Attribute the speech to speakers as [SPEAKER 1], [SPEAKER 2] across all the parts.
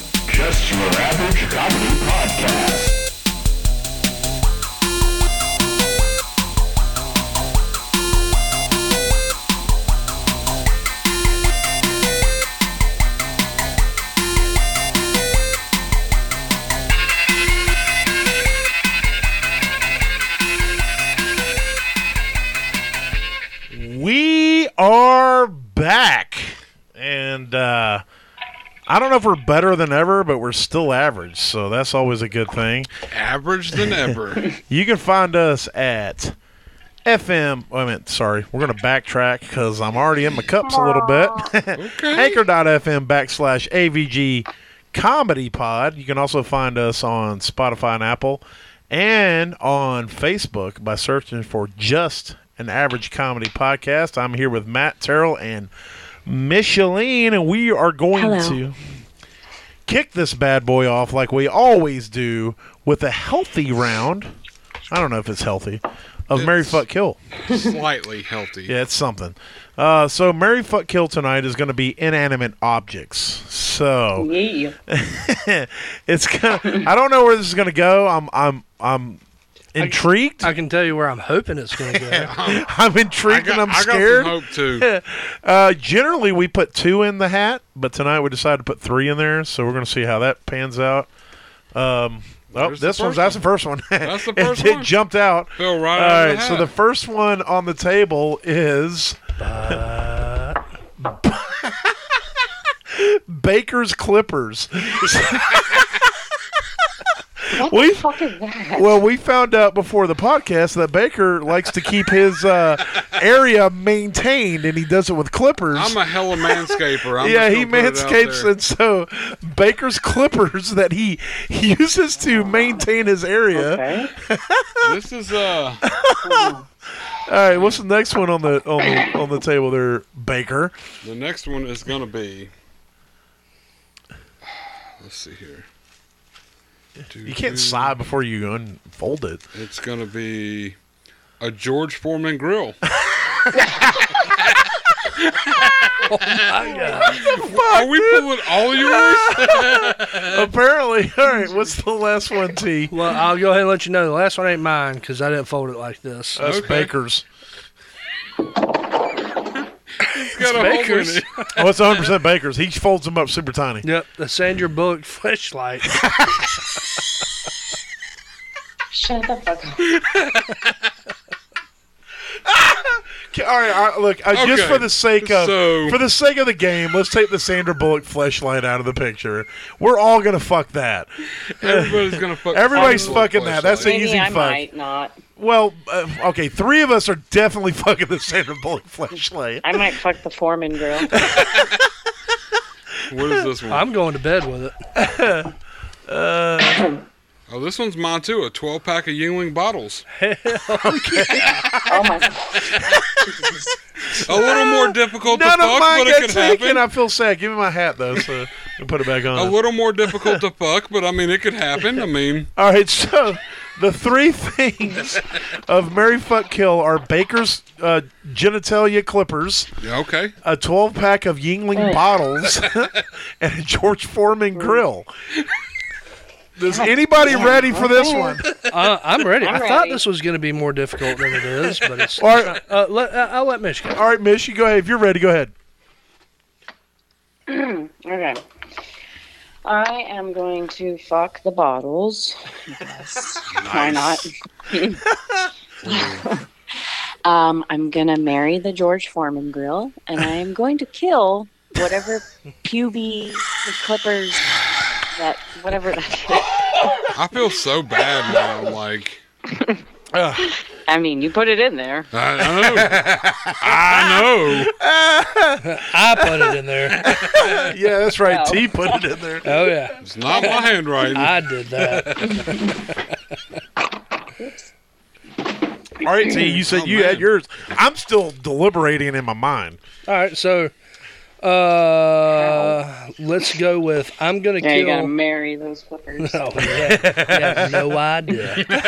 [SPEAKER 1] It's your average comedy podcast.
[SPEAKER 2] We are back, and uh, I don't know if we're better than ever, but we're still average, so that's always a good thing.
[SPEAKER 3] average than ever.
[SPEAKER 2] You can find us at FM. Wait a minute, sorry, we're gonna backtrack because I'm already in my cups a little bit.
[SPEAKER 3] Okay.
[SPEAKER 2] Anchor.fm backslash AVG Comedy Pod. You can also find us on Spotify and Apple, and on Facebook by searching for just an average comedy podcast. I'm here with Matt Terrell and Micheline, and we are going
[SPEAKER 4] Hello.
[SPEAKER 2] to kick this bad boy off like we always do with a healthy round. I don't know if it's healthy. Of Mary
[SPEAKER 3] It's-
[SPEAKER 2] Fuck Kill.
[SPEAKER 3] Slightly healthy.
[SPEAKER 2] Yeah, it's something. Uh, so, Mary Fuck Kill tonight is going to be inanimate objects. So,
[SPEAKER 4] Yeah.
[SPEAKER 2] it's gonna, I don't know where this is going to go. I'm I'm I'm intrigued. I,
[SPEAKER 5] I can tell you where I'm hoping it's going to go.
[SPEAKER 2] am
[SPEAKER 3] I
[SPEAKER 2] intrigued
[SPEAKER 3] got,
[SPEAKER 2] and I'm
[SPEAKER 3] I got
[SPEAKER 2] scared.
[SPEAKER 3] some hope too.
[SPEAKER 2] Uh, generally, we put two in the hat, but tonight we decided to put three in there. So we're going to see how that pans out. Um, oh,
[SPEAKER 3] There's the
[SPEAKER 2] this one's
[SPEAKER 3] first
[SPEAKER 2] that's the first one. That's
[SPEAKER 3] the
[SPEAKER 2] it,
[SPEAKER 3] first
[SPEAKER 2] it
[SPEAKER 3] one.
[SPEAKER 2] jumped out.
[SPEAKER 3] Fell right
[SPEAKER 2] All
[SPEAKER 3] out of the
[SPEAKER 2] right, so
[SPEAKER 3] hat.
[SPEAKER 2] the first one on the table is Baker's Clippers.
[SPEAKER 4] What
[SPEAKER 2] We-
[SPEAKER 4] the fuck is that?
[SPEAKER 2] Well, we found out before the podcast that Baker likes to keep his uh, area maintained, and he does it with clippers.
[SPEAKER 3] I'm a hella manscaper. I'm
[SPEAKER 2] yeah,
[SPEAKER 3] just
[SPEAKER 2] he
[SPEAKER 3] gonna put it out
[SPEAKER 2] manscapes,
[SPEAKER 3] there.
[SPEAKER 2] and so Baker's clippers that he uses to maintain his area.
[SPEAKER 4] Okay.
[SPEAKER 3] This is uh,
[SPEAKER 2] All right, what's the next one on the on the on the table there, Baker?
[SPEAKER 3] the next one is gonna be. Let's see here.
[SPEAKER 2] You
[SPEAKER 3] Hmm.
[SPEAKER 2] can't sigh before you unfold it.
[SPEAKER 3] It's gonna be a George Foreman grill. Oh Are we pulling all yours? Uh,
[SPEAKER 2] Apparently, all right. What's the last one, T?
[SPEAKER 5] Well, I'll go ahead and let you know the last one ain't mine because I didn't fold it like this.
[SPEAKER 2] That's
[SPEAKER 3] Okay.
[SPEAKER 2] Baker's.
[SPEAKER 3] It's got a hole in
[SPEAKER 5] Baker's.
[SPEAKER 3] it.
[SPEAKER 2] Oh, it's 100 percent Baker's. He folds them up super tiny.
[SPEAKER 5] Yep, the Sandra Bullock flashlight.
[SPEAKER 4] Shut the fuck up.
[SPEAKER 2] Okay, All right, all right, look, I, just
[SPEAKER 3] Okay,
[SPEAKER 2] for the sake of
[SPEAKER 3] so-
[SPEAKER 2] for the sake of the game, let's take the Sandra Bullock fleshlight out of the picture. We're all gonna fuck that.
[SPEAKER 3] Everybody's gonna fuck.
[SPEAKER 2] Everybody's
[SPEAKER 3] Foreman
[SPEAKER 2] fucking that. That's
[SPEAKER 3] flashlight.
[SPEAKER 2] an
[SPEAKER 4] Maybe
[SPEAKER 2] easy
[SPEAKER 4] I
[SPEAKER 2] fuck.
[SPEAKER 4] might not.
[SPEAKER 2] Well, uh, okay, three of us are definitely fucking the Sandra Bullock fleshlight.
[SPEAKER 4] I might fuck the foreman grill.
[SPEAKER 3] What is this one?
[SPEAKER 5] I'm going to bed with it.
[SPEAKER 3] Oh, this one's mine too. A 12 pack of Yingling bottles.
[SPEAKER 4] Oh my.
[SPEAKER 3] A little more difficult to
[SPEAKER 2] None of
[SPEAKER 3] fuck,
[SPEAKER 2] mine
[SPEAKER 3] but it could
[SPEAKER 2] got taken.
[SPEAKER 3] happen.
[SPEAKER 2] I feel sad. Give me my hat though, so I can put it back
[SPEAKER 3] A
[SPEAKER 2] on.
[SPEAKER 3] little more difficult to fuck, but I mean, it could happen. I mean,
[SPEAKER 2] all right, so the three things of Mary Fuck Kill are Baker's uh, genitalia clippers.
[SPEAKER 3] yeah, okay.
[SPEAKER 2] a 12 pack of Yingling bottles and a George Foreman grill. Is anybody ready for this one?
[SPEAKER 5] Uh, I'm ready.
[SPEAKER 4] I'm
[SPEAKER 5] I thought
[SPEAKER 4] ready.
[SPEAKER 5] this was going to be more difficult than it is, but it's.
[SPEAKER 2] All right,
[SPEAKER 5] Uh, let, uh, I'll let Mitch go.
[SPEAKER 2] all right, Mish, you go ahead. If you're ready, go ahead.
[SPEAKER 4] Okay. I am going to fuck the bottles. Why not? um, I'm gonna marry the George Foreman grill, and I am going to kill whatever puby the clippers that whatever that.
[SPEAKER 3] I feel so bad now. Like,
[SPEAKER 4] I mean, you put it in there.
[SPEAKER 3] I, I know. I know.
[SPEAKER 5] I put it in there.
[SPEAKER 2] Yeah, that's right.
[SPEAKER 4] Oh.
[SPEAKER 2] T put it in there.
[SPEAKER 5] Oh, yeah.
[SPEAKER 3] It's not my handwriting.
[SPEAKER 5] I did that.
[SPEAKER 2] All right, T, you said
[SPEAKER 3] Oh,
[SPEAKER 2] you
[SPEAKER 3] man.
[SPEAKER 2] had yours. I'm still deliberating in my mind.
[SPEAKER 5] All right, so uh, let's go with I'm going to
[SPEAKER 4] Yeah, you gotta
[SPEAKER 5] kill.
[SPEAKER 4] marry those clippers.
[SPEAKER 5] Oh, yeah. You have no idea. Uh,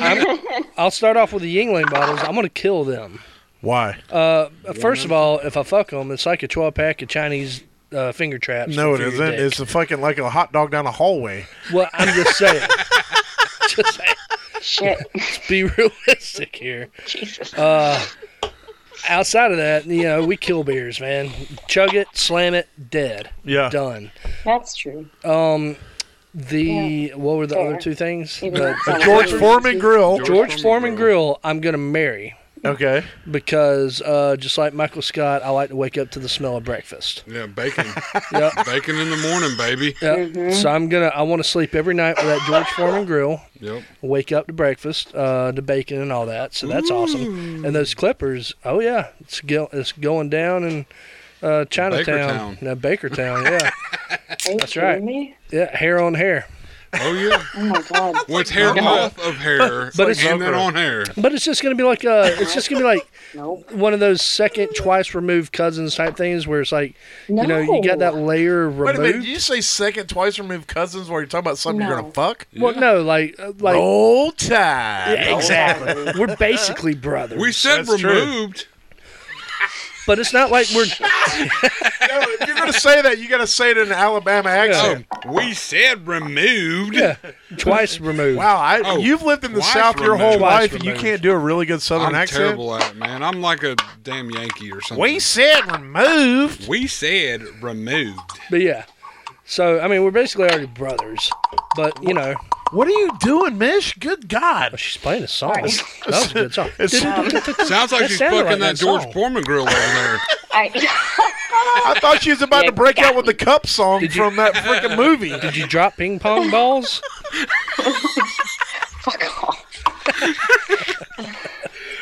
[SPEAKER 5] I'm, I'll start off with the Yingling bottles. I'm going to kill them.
[SPEAKER 2] Why?
[SPEAKER 5] Uh, first of all, if I fuck them, it's like a 12 pack of Chinese uh, uh, finger traps.
[SPEAKER 2] No, it
[SPEAKER 5] for your
[SPEAKER 2] isn't.
[SPEAKER 5] dick.
[SPEAKER 2] It's a fucking like a hot dog down a hallway.
[SPEAKER 5] well, I'm just saying. just saying.
[SPEAKER 4] Shit.
[SPEAKER 5] Be realistic here.
[SPEAKER 4] Jesus.
[SPEAKER 5] Uh, outside of that, you know, we kill beers, man. Chug it, slam it, dead,
[SPEAKER 2] Yeah.
[SPEAKER 5] done.
[SPEAKER 4] That's true.
[SPEAKER 5] Um, the what were the
[SPEAKER 4] Fair.
[SPEAKER 5] other two things?
[SPEAKER 4] Even
[SPEAKER 5] The-
[SPEAKER 4] though it's not
[SPEAKER 2] George
[SPEAKER 4] a-
[SPEAKER 2] Foreman grill.
[SPEAKER 3] George
[SPEAKER 5] George
[SPEAKER 3] Foreman
[SPEAKER 5] Foreman Grill. I'm gonna marry
[SPEAKER 2] Okay.
[SPEAKER 5] because uh, just like Michael Scott, I like to wake up to the smell of breakfast.
[SPEAKER 3] Yeah, bacon.
[SPEAKER 5] Yep.
[SPEAKER 3] bacon in the morning, baby.
[SPEAKER 5] Yep.
[SPEAKER 4] Mm-hmm.
[SPEAKER 5] So I'm gonna. I want to sleep every night with that George Foreman grill.
[SPEAKER 3] Yep.
[SPEAKER 5] Wake up to breakfast, uh, to bacon and all that. So that's awesome. And those clippers. Oh yeah, it's go, it's going down in uh, Chinatown,
[SPEAKER 3] Bakertown.
[SPEAKER 5] no, Bakertown. Yeah,
[SPEAKER 4] Are you
[SPEAKER 5] That's
[SPEAKER 4] kidding
[SPEAKER 5] right.
[SPEAKER 4] me?
[SPEAKER 5] yeah, hair on hair.
[SPEAKER 3] Oh, yeah.
[SPEAKER 4] Oh my god.
[SPEAKER 3] What's hair off of hair?
[SPEAKER 5] but it's-
[SPEAKER 3] and then on hair.
[SPEAKER 5] But it's just gonna be like uh, it's just gonna be like
[SPEAKER 4] Nope.
[SPEAKER 5] one of those second twice removed cousins type things where it's like
[SPEAKER 4] No.
[SPEAKER 5] you know you got that layer
[SPEAKER 2] Wait
[SPEAKER 5] removed.
[SPEAKER 2] a minute. Did you say second twice removed cousins while you're talking about something you're
[SPEAKER 4] No.
[SPEAKER 2] gonna fuck?
[SPEAKER 5] Well, no, like uh, like
[SPEAKER 2] Roll Tide.
[SPEAKER 5] Yeah, exactly. we're basically brothers,
[SPEAKER 3] We said
[SPEAKER 2] That's true.
[SPEAKER 3] removed.
[SPEAKER 5] but it's not like we're
[SPEAKER 2] No, if you're gonna say that, you gotta say it in an Alabama accent.
[SPEAKER 3] Oh, we said removed.
[SPEAKER 5] yeah, twice removed.
[SPEAKER 2] Wow, I,
[SPEAKER 3] Oh,
[SPEAKER 2] you've lived in the
[SPEAKER 3] twice
[SPEAKER 2] South your
[SPEAKER 3] removed.
[SPEAKER 2] whole
[SPEAKER 5] Twice
[SPEAKER 2] life, and you
[SPEAKER 5] removed.
[SPEAKER 2] can't do a really good Southern
[SPEAKER 3] I'm
[SPEAKER 2] accent.
[SPEAKER 3] terrible at it, man. I'm like a damn Yankee or something.
[SPEAKER 2] We said removed.
[SPEAKER 3] We said removed.
[SPEAKER 5] But yeah, so I mean we're basically already brothers, but you know
[SPEAKER 2] What are you doing, Mish? Good God.
[SPEAKER 5] she's playing a song. That was a good song.
[SPEAKER 2] It's-
[SPEAKER 3] Sounds like
[SPEAKER 5] That
[SPEAKER 3] she's
[SPEAKER 5] sounded
[SPEAKER 3] fucking that,
[SPEAKER 5] like that
[SPEAKER 3] George
[SPEAKER 5] song.
[SPEAKER 3] Foreman grill over there.
[SPEAKER 4] I,
[SPEAKER 2] I thought she was about to break out with the cup song
[SPEAKER 5] Did you-
[SPEAKER 2] from that freaking movie.
[SPEAKER 5] Did you drop ping pong balls?
[SPEAKER 4] fuck off.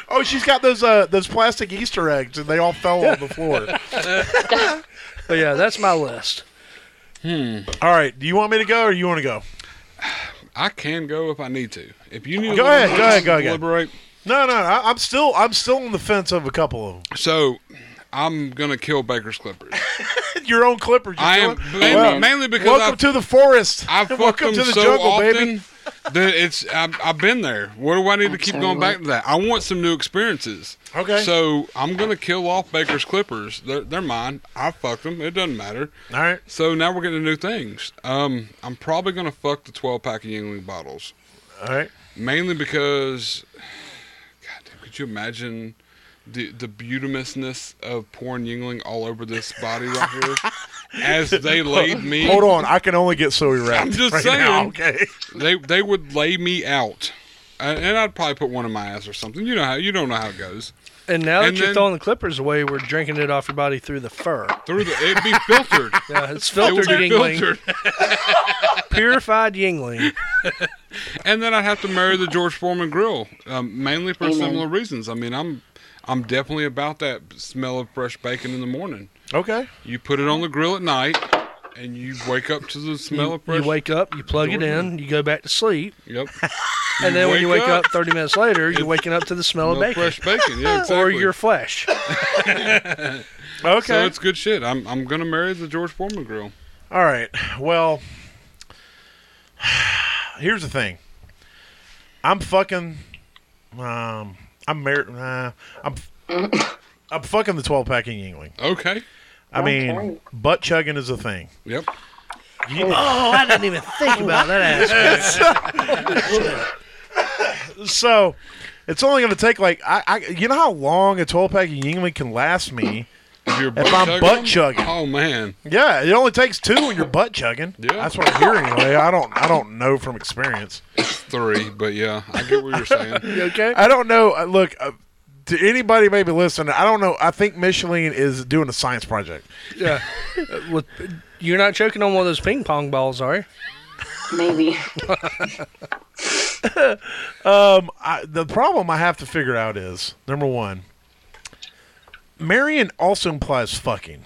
[SPEAKER 2] Oh, she's got those uh, those plastic Easter eggs, and they all fell on the floor.
[SPEAKER 5] But yeah, that's my list.
[SPEAKER 2] All right, do you want me to go or you want to go?
[SPEAKER 3] I can go if I need to. If you need
[SPEAKER 2] Go
[SPEAKER 3] to
[SPEAKER 2] ahead,
[SPEAKER 3] deliberate-
[SPEAKER 2] go ahead, go ahead.
[SPEAKER 3] deliberate.
[SPEAKER 2] No, no, I, I'm still I'm still on the fence of a couple of
[SPEAKER 3] So, I'm gonna kill Baker's Clippers.
[SPEAKER 2] them. Your own Clippers. You're
[SPEAKER 3] I am
[SPEAKER 2] doing-
[SPEAKER 3] mainly,
[SPEAKER 2] Well,
[SPEAKER 3] mainly because
[SPEAKER 2] welcome
[SPEAKER 3] I've,
[SPEAKER 2] to the forest.
[SPEAKER 3] I've fucked
[SPEAKER 2] welcome
[SPEAKER 3] them
[SPEAKER 2] to the
[SPEAKER 3] so
[SPEAKER 2] jungle,
[SPEAKER 3] often
[SPEAKER 2] baby.
[SPEAKER 3] that it's I've, I've been there. What do I need to keep going back to that? I want some new experiences.
[SPEAKER 2] Okay.
[SPEAKER 3] So I'm gonna kill off Baker's Clippers. They're, they're mine. I fucked them. It doesn't matter.
[SPEAKER 2] All right.
[SPEAKER 3] So now we're getting new things. Um, I'm probably gonna fuck the 12 pack of Yingling bottles.
[SPEAKER 2] All right.
[SPEAKER 3] Mainly because, God, damn, could you imagine the the beautimousness of pouring Yingling all over this body right here? As they laid me,
[SPEAKER 2] Hold on, I can only get so erect.
[SPEAKER 3] I'm just
[SPEAKER 2] right
[SPEAKER 3] saying.
[SPEAKER 2] now, okay.
[SPEAKER 3] they they would lay me out, and, and I'd probably put one in my ass or something. You know how you don't know how it goes
[SPEAKER 5] And now
[SPEAKER 3] And
[SPEAKER 5] that you're
[SPEAKER 3] then-
[SPEAKER 5] throwing the clippers away, we're drinking it off your body through the fur.
[SPEAKER 3] through the it'd be filtered.
[SPEAKER 5] Yeah, it's
[SPEAKER 3] It would
[SPEAKER 5] filtered
[SPEAKER 3] be
[SPEAKER 5] Yingling,
[SPEAKER 3] filtered.
[SPEAKER 5] purified Yingling.
[SPEAKER 3] and then I'd have to marry the George Foreman grill, um, mainly for
[SPEAKER 4] Amen.
[SPEAKER 3] similar reasons. I mean, I'm I'm definitely about that smell of fresh bacon in the morning.
[SPEAKER 2] Okay.
[SPEAKER 3] You put it on the grill at night, and you wake up to the smell
[SPEAKER 5] You,
[SPEAKER 3] of
[SPEAKER 5] you
[SPEAKER 3] fresh.
[SPEAKER 5] wake up, you plug it in, you go back to sleep,
[SPEAKER 3] Yep.
[SPEAKER 5] and then when you
[SPEAKER 3] wake
[SPEAKER 5] wake
[SPEAKER 3] up.
[SPEAKER 5] up 30 minutes later, you're waking up to the smell of
[SPEAKER 3] Smell
[SPEAKER 5] bacon
[SPEAKER 3] fresh bacon. Yeah, exactly.
[SPEAKER 5] or your flesh.
[SPEAKER 2] Okay.
[SPEAKER 3] so it's good shit. I'm I'm gonna marry the George Foreman grill.
[SPEAKER 2] All right. Well, here's the thing. I'm fucking. Um, I'm married. Nah, I'm. I'm fucking the 12 packing Yingling.
[SPEAKER 3] Okay.
[SPEAKER 2] I mean,
[SPEAKER 4] Okay.
[SPEAKER 2] butt chugging is a thing.
[SPEAKER 3] Yep.
[SPEAKER 5] Oh, I didn't even think about that aspect.
[SPEAKER 2] So, it's only going to take like I, I. You know how long a 12 packing Yingling can last me?
[SPEAKER 3] If, you're butt
[SPEAKER 2] I'm
[SPEAKER 3] chugging
[SPEAKER 2] butt
[SPEAKER 3] them-
[SPEAKER 2] chugging.
[SPEAKER 3] Oh man.
[SPEAKER 2] Yeah, it only takes two when you're butt chugging.
[SPEAKER 3] Yeah.
[SPEAKER 2] That's what I hear anyway. I don't. I don't know from experience.
[SPEAKER 3] It's three, but yeah, I get what you're saying.
[SPEAKER 5] You okay?
[SPEAKER 2] I don't know. uh, Look, uh, to anybody maybe listening, I don't know. I think Michelin is doing a science project.
[SPEAKER 5] Yeah. Uh, With, you're not choking on one of those ping pong balls, are you?
[SPEAKER 4] Maybe.
[SPEAKER 2] Um, I, the problem I have to figure out is number one, marrying also implies fucking.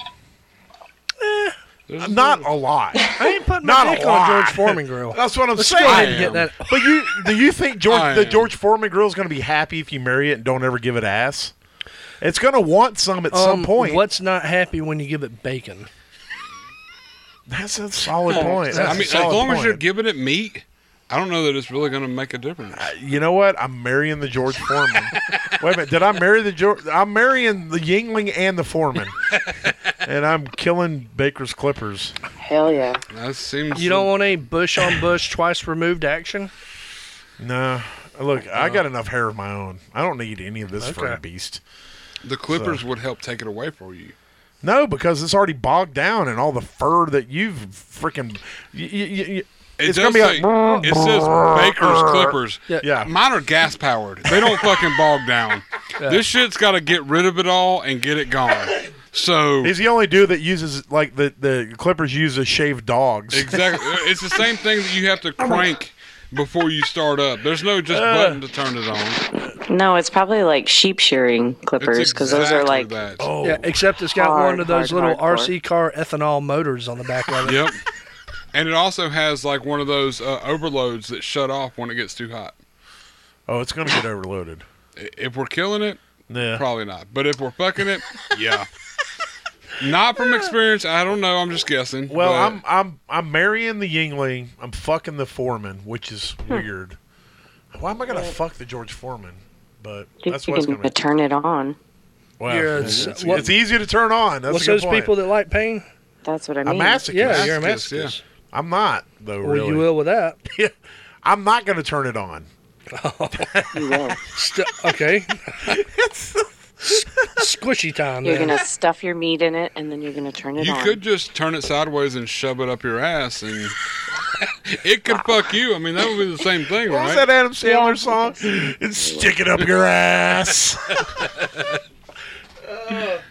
[SPEAKER 2] Eh,
[SPEAKER 3] There's
[SPEAKER 2] Not a lot.
[SPEAKER 5] I ain't putting
[SPEAKER 2] Not
[SPEAKER 5] my
[SPEAKER 2] a
[SPEAKER 5] dick on
[SPEAKER 2] lot.
[SPEAKER 5] George Foreman grill.
[SPEAKER 2] That's what I'm
[SPEAKER 5] Go ahead
[SPEAKER 2] saying.
[SPEAKER 5] and get
[SPEAKER 3] am.
[SPEAKER 5] that.
[SPEAKER 2] But you, do you think
[SPEAKER 3] I
[SPEAKER 2] George, the
[SPEAKER 3] am.
[SPEAKER 2] George Foreman grill is going to be happy if you marry it and don't ever give it ass? It's going to want some at some
[SPEAKER 5] Um,
[SPEAKER 2] point.
[SPEAKER 5] What's not happy when you give it bacon?
[SPEAKER 2] That's a solid point.
[SPEAKER 3] I
[SPEAKER 2] That's a
[SPEAKER 3] mean, as
[SPEAKER 2] solid
[SPEAKER 3] long as
[SPEAKER 2] point.
[SPEAKER 3] you're giving it meat, I don't know that it's really going to make a difference.
[SPEAKER 2] You know what? I'm marrying the George Foreman. Wait a minute. Did I marry the George? I'm marrying the Yingling and the Foreman, and I'm killing Baker's Clippers.
[SPEAKER 4] Hell yeah.
[SPEAKER 3] That seems
[SPEAKER 5] You don't want any bush on bush twice removed action?
[SPEAKER 2] Nah. Look, I got enough hair of my own. I don't need any of this for a
[SPEAKER 5] Okay.
[SPEAKER 2] beast.
[SPEAKER 3] the Clippers would help take it away for you.
[SPEAKER 2] No, because it's already bogged down in all the fur that you've freaking. Y- y- y- y-
[SPEAKER 3] It
[SPEAKER 2] it's
[SPEAKER 3] does
[SPEAKER 2] gonna be
[SPEAKER 3] say-
[SPEAKER 2] like.
[SPEAKER 3] it says Baker's Clippers.
[SPEAKER 5] Yeah.
[SPEAKER 2] Yeah.
[SPEAKER 3] Mine are gas powered. They don't fucking bog down. This shit's got to get rid of it all and get it gone. So
[SPEAKER 2] He's the only dude that uses like the the Clippers use to shave dogs.
[SPEAKER 3] exactly, uh, it's the same thing that you have to crank before you start up. There's no just
[SPEAKER 2] Uh.
[SPEAKER 3] button to turn it on.
[SPEAKER 4] No, it's probably like sheep shearing
[SPEAKER 3] It's
[SPEAKER 4] clippers because
[SPEAKER 3] exactly
[SPEAKER 4] those are like
[SPEAKER 3] that.
[SPEAKER 2] oh,
[SPEAKER 5] Yeah, except it's got
[SPEAKER 4] Hard,
[SPEAKER 5] one of those
[SPEAKER 4] hard,
[SPEAKER 5] little
[SPEAKER 4] hard,
[SPEAKER 5] RC car ethanol motors on the back of it.
[SPEAKER 3] Yep. And it also has like one of those uh, overloads that shut off when it gets too hot.
[SPEAKER 2] oh, it's gonna get overloaded.
[SPEAKER 3] I- If we're killing it,
[SPEAKER 2] Yeah.
[SPEAKER 3] Probably not. But if we're fucking it, yeah. not from experience. I don't know. I'm just guessing.
[SPEAKER 2] Well,
[SPEAKER 3] but
[SPEAKER 2] I'm I'm I'm marrying the Yingling. I'm fucking the Foreman, which is
[SPEAKER 4] Hmm.
[SPEAKER 2] weird. Why am I gonna fuck the George Foreman? But
[SPEAKER 4] you
[SPEAKER 2] that's what it's
[SPEAKER 4] can
[SPEAKER 2] gonna be.
[SPEAKER 4] turn it on.
[SPEAKER 2] Wow.
[SPEAKER 5] You're a-
[SPEAKER 2] it's, it's,
[SPEAKER 5] what-
[SPEAKER 2] easy to turn on. That's
[SPEAKER 5] What's
[SPEAKER 2] a good
[SPEAKER 5] those
[SPEAKER 2] point.
[SPEAKER 5] people that like pain?
[SPEAKER 4] That's what I
[SPEAKER 2] I'm
[SPEAKER 4] mean.
[SPEAKER 2] masochist.
[SPEAKER 5] Yeah, you're a
[SPEAKER 3] Masochist, yeah.
[SPEAKER 5] masochist.
[SPEAKER 2] I'm not though.
[SPEAKER 5] Well,
[SPEAKER 2] Really,
[SPEAKER 5] you will with that.
[SPEAKER 2] I'm not gonna turn it on.
[SPEAKER 4] You will.
[SPEAKER 5] St- okay. S- Squishy time
[SPEAKER 4] You're
[SPEAKER 5] then.
[SPEAKER 4] gonna stuff your meat in it, and then you're gonna turn it
[SPEAKER 3] you
[SPEAKER 4] on.
[SPEAKER 3] could just turn it sideways and shove it up your ass, and it could fuck you. I mean, that would be the same thing,
[SPEAKER 2] What was
[SPEAKER 3] right?
[SPEAKER 2] that Adam Sandler song? And stick it up your ass. but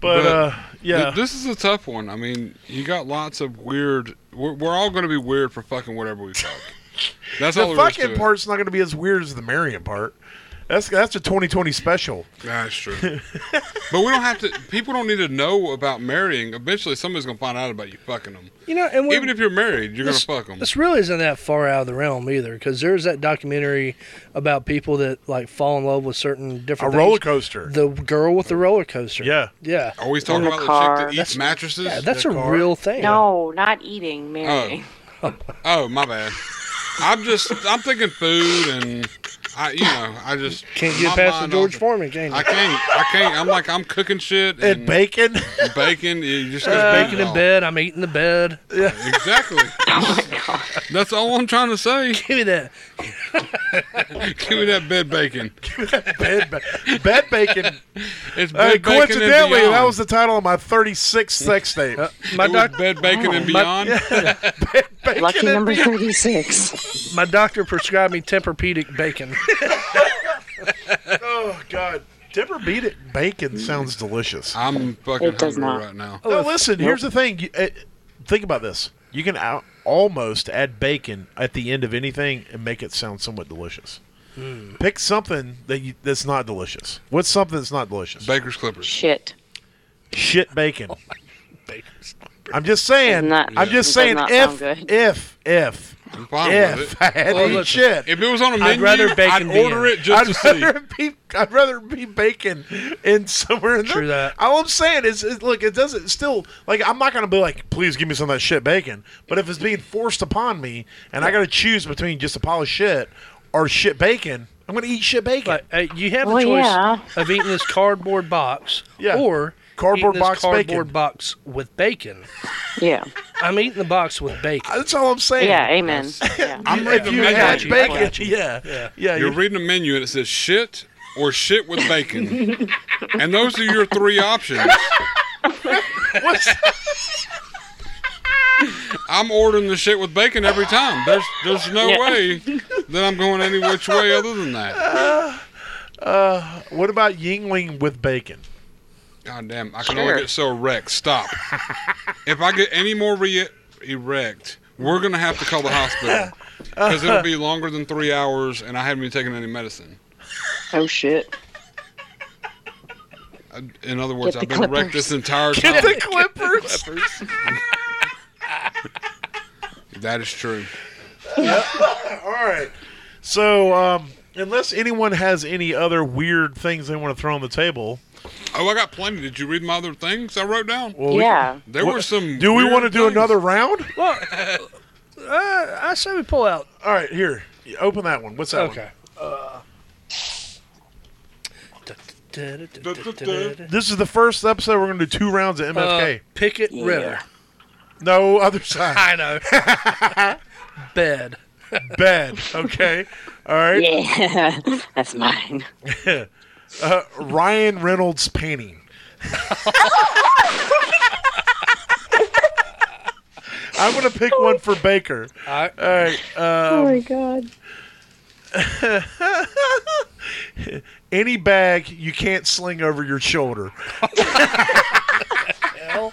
[SPEAKER 3] But,
[SPEAKER 2] uh, yeah,
[SPEAKER 3] Th- This is a tough one. I mean, you got lots of weird. We're, we're all going to be weird for fucking whatever we fuck. That's all
[SPEAKER 2] the
[SPEAKER 3] there is to
[SPEAKER 2] fucking
[SPEAKER 3] it.
[SPEAKER 2] part's not going to be as weird as the Marion part. That's that's a 2020 special.
[SPEAKER 3] That's true. but we don't have to. People don't need to know about marrying. Eventually, somebody's going to find out about you fucking them.
[SPEAKER 5] You know, and we're,
[SPEAKER 3] Even if you're married, you're going
[SPEAKER 5] this,
[SPEAKER 3] to fuck them.
[SPEAKER 5] this really isn't that far out of the realm either, because there's that documentary about people that like fall in love with certain
[SPEAKER 2] A
[SPEAKER 5] different
[SPEAKER 2] roller
[SPEAKER 5] things.
[SPEAKER 2] coaster.
[SPEAKER 5] The girl with the roller coaster.
[SPEAKER 2] yeah.
[SPEAKER 5] Yeah.
[SPEAKER 3] Always talking
[SPEAKER 4] the
[SPEAKER 3] about
[SPEAKER 4] car.
[SPEAKER 3] the chick that eats
[SPEAKER 5] That's-
[SPEAKER 3] mattresses.
[SPEAKER 5] Yeah, that's
[SPEAKER 2] the
[SPEAKER 5] a
[SPEAKER 2] car.
[SPEAKER 5] real thing.
[SPEAKER 4] No, not eating, marrying.
[SPEAKER 3] oh, my bad. I'm just I'm thinking food and I you know I just
[SPEAKER 5] Can't get
[SPEAKER 3] my
[SPEAKER 5] past the
[SPEAKER 3] mind
[SPEAKER 5] George
[SPEAKER 3] off-
[SPEAKER 5] Foreman, can you?
[SPEAKER 3] I can't I can't I'm like I'm cooking shit
[SPEAKER 2] And
[SPEAKER 3] and,
[SPEAKER 2] bacon.
[SPEAKER 3] bacon. You just
[SPEAKER 5] I'm
[SPEAKER 3] gotta beat
[SPEAKER 5] baking
[SPEAKER 3] it
[SPEAKER 5] in
[SPEAKER 3] all.
[SPEAKER 5] Uh, bed. I'm eating the bed.
[SPEAKER 3] Exactly. That's all I'm trying to say.
[SPEAKER 5] Give me that.
[SPEAKER 3] Give me that bed bacon.
[SPEAKER 2] bed, ba- bed bacon.
[SPEAKER 3] It's bed
[SPEAKER 2] Hey,
[SPEAKER 3] bacon
[SPEAKER 2] coincidentally,
[SPEAKER 3] and beyond.
[SPEAKER 2] that was the title of my 36th sex tape.
[SPEAKER 5] My
[SPEAKER 3] It was
[SPEAKER 5] doc- Oh,
[SPEAKER 3] bed bacon and beyond.
[SPEAKER 2] Bacon
[SPEAKER 4] Lucky
[SPEAKER 2] and
[SPEAKER 4] number
[SPEAKER 2] bacon.
[SPEAKER 4] thirty-six.
[SPEAKER 5] my doctor prescribed me Tempur-Pedic bacon.
[SPEAKER 2] Oh God, Deborah beat it. Bacon sounds delicious.
[SPEAKER 3] I'm fucking
[SPEAKER 4] It does
[SPEAKER 3] hungry
[SPEAKER 4] not.
[SPEAKER 3] right now.
[SPEAKER 2] No, listen. Here's the thing. You, uh, think about this. You can al- almost add bacon at the end of anything and make it sound somewhat delicious. Pick something that you, that's not delicious. What's something that's not delicious?
[SPEAKER 3] Baker's Clippers.
[SPEAKER 4] Shit.
[SPEAKER 2] Shit bacon. I'm just saying.
[SPEAKER 4] Does not-
[SPEAKER 2] I'm just
[SPEAKER 4] does
[SPEAKER 2] saying.
[SPEAKER 4] not
[SPEAKER 2] If
[SPEAKER 4] sound good.
[SPEAKER 2] if if
[SPEAKER 3] I'm fine with
[SPEAKER 2] if
[SPEAKER 3] it.
[SPEAKER 2] I had
[SPEAKER 5] Well,
[SPEAKER 2] to eat
[SPEAKER 5] listen,
[SPEAKER 2] shit,
[SPEAKER 3] If it was on a menu,
[SPEAKER 5] I'd
[SPEAKER 3] I'd,
[SPEAKER 5] rather bacon be
[SPEAKER 3] order
[SPEAKER 5] in.
[SPEAKER 3] it just to
[SPEAKER 2] I'd
[SPEAKER 3] see.
[SPEAKER 2] rather be I'd rather be bacon in somewhere in
[SPEAKER 5] True
[SPEAKER 2] there.
[SPEAKER 5] that.
[SPEAKER 2] All I'm saying is, is look, it doesn't still like I'm not gonna be like, please give me some of that shit bacon. But if it's being forced upon me and I gotta choose between just a pile of shit or shit bacon, I'm gonna eat shit bacon.
[SPEAKER 5] But uh, you have
[SPEAKER 4] Well,
[SPEAKER 5] the choice
[SPEAKER 4] Oh, yeah.
[SPEAKER 5] of eating this cardboard box
[SPEAKER 2] Yeah.
[SPEAKER 5] or
[SPEAKER 2] Cardboard
[SPEAKER 5] eating this
[SPEAKER 2] box
[SPEAKER 5] cardboard
[SPEAKER 2] bacon.
[SPEAKER 5] box with bacon.
[SPEAKER 4] Yeah.
[SPEAKER 5] I'm eating the box with bacon.
[SPEAKER 2] That's all I'm saying.
[SPEAKER 4] Yeah. Amen. Yeah.
[SPEAKER 3] I'm
[SPEAKER 2] If
[SPEAKER 3] reading
[SPEAKER 2] you
[SPEAKER 3] a menu.
[SPEAKER 2] had
[SPEAKER 5] got you. I
[SPEAKER 2] bacon,
[SPEAKER 5] got you.
[SPEAKER 2] yeah, yeah, yeah.
[SPEAKER 3] You're
[SPEAKER 2] you-
[SPEAKER 3] reading a menu and it says shit or shit with bacon. and those are your three options.
[SPEAKER 2] what's-
[SPEAKER 3] I'm ordering the shit with bacon every time. There's there's no
[SPEAKER 4] Yeah.
[SPEAKER 3] way that I'm going any which way other than that.
[SPEAKER 2] what about Yingling with bacon?
[SPEAKER 3] God damn, I can only
[SPEAKER 4] Sure.
[SPEAKER 3] get so erect. Stop. if I get any more re- erect, we're going to have to call the hospital.
[SPEAKER 4] Uh-huh.
[SPEAKER 3] Because it'll be longer than three hours and I haven't been taking any medicine.
[SPEAKER 4] Oh shit.
[SPEAKER 3] I- In other words,
[SPEAKER 4] the
[SPEAKER 3] I've been erect
[SPEAKER 4] clippers.
[SPEAKER 3] this entire time.
[SPEAKER 2] Get the Clippers.
[SPEAKER 3] That is true.
[SPEAKER 2] All right. So, um, unless anyone has any other weird things they want to throw on the table,
[SPEAKER 3] Oh, I got plenty. Did you read my other things I wrote down?
[SPEAKER 2] well, we-
[SPEAKER 4] yeah.
[SPEAKER 3] There
[SPEAKER 2] Wha-
[SPEAKER 3] were some.
[SPEAKER 2] do we
[SPEAKER 3] weird
[SPEAKER 2] want to do
[SPEAKER 3] things.
[SPEAKER 2] another round?
[SPEAKER 5] Uh, I say we pull out.
[SPEAKER 2] All right, here. You Open that one. Uh, What's that
[SPEAKER 5] Okay.
[SPEAKER 3] Da-da-da.
[SPEAKER 5] Uh,
[SPEAKER 2] one? This is the first episode we're going to do two rounds of MFK.
[SPEAKER 5] Picket
[SPEAKER 4] Yeah.
[SPEAKER 5] River.
[SPEAKER 2] no other side.
[SPEAKER 5] I know. Bed.
[SPEAKER 2] Bed. Okay. All right.
[SPEAKER 4] Yeah, that's mine.
[SPEAKER 2] Ryan Reynolds painting. I'm going to pick one for Baker.
[SPEAKER 5] I,
[SPEAKER 2] All right.
[SPEAKER 4] oh
[SPEAKER 3] Um,
[SPEAKER 4] my god.
[SPEAKER 2] Any bag you can't sling over your shoulder. All
[SPEAKER 5] hell.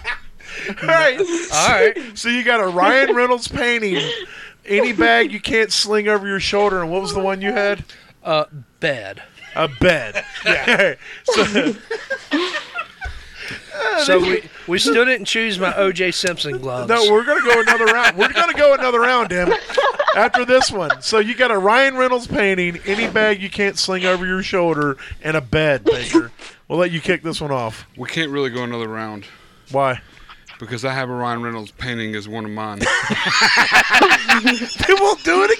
[SPEAKER 2] right.
[SPEAKER 5] All right.
[SPEAKER 2] So you got a Ryan Reynolds painting. Any bag you can't sling over your shoulder. And what was the one you had?
[SPEAKER 5] Uh, bed.
[SPEAKER 2] A bed. Yeah. so,
[SPEAKER 5] So we, we still didn't choose my O.J. Simpson gloves.
[SPEAKER 2] no, we're gonna go another round. We're gonna go another round, damn it. After this one. So you got a Ryan Reynolds painting, any bag you can't sling over your shoulder, and a bed, Baker. We'll let you kick this one off.
[SPEAKER 3] We can't really go another round
[SPEAKER 2] Why?
[SPEAKER 3] because I have a Ryan Reynolds painting as one of mine.
[SPEAKER 2] They won't do it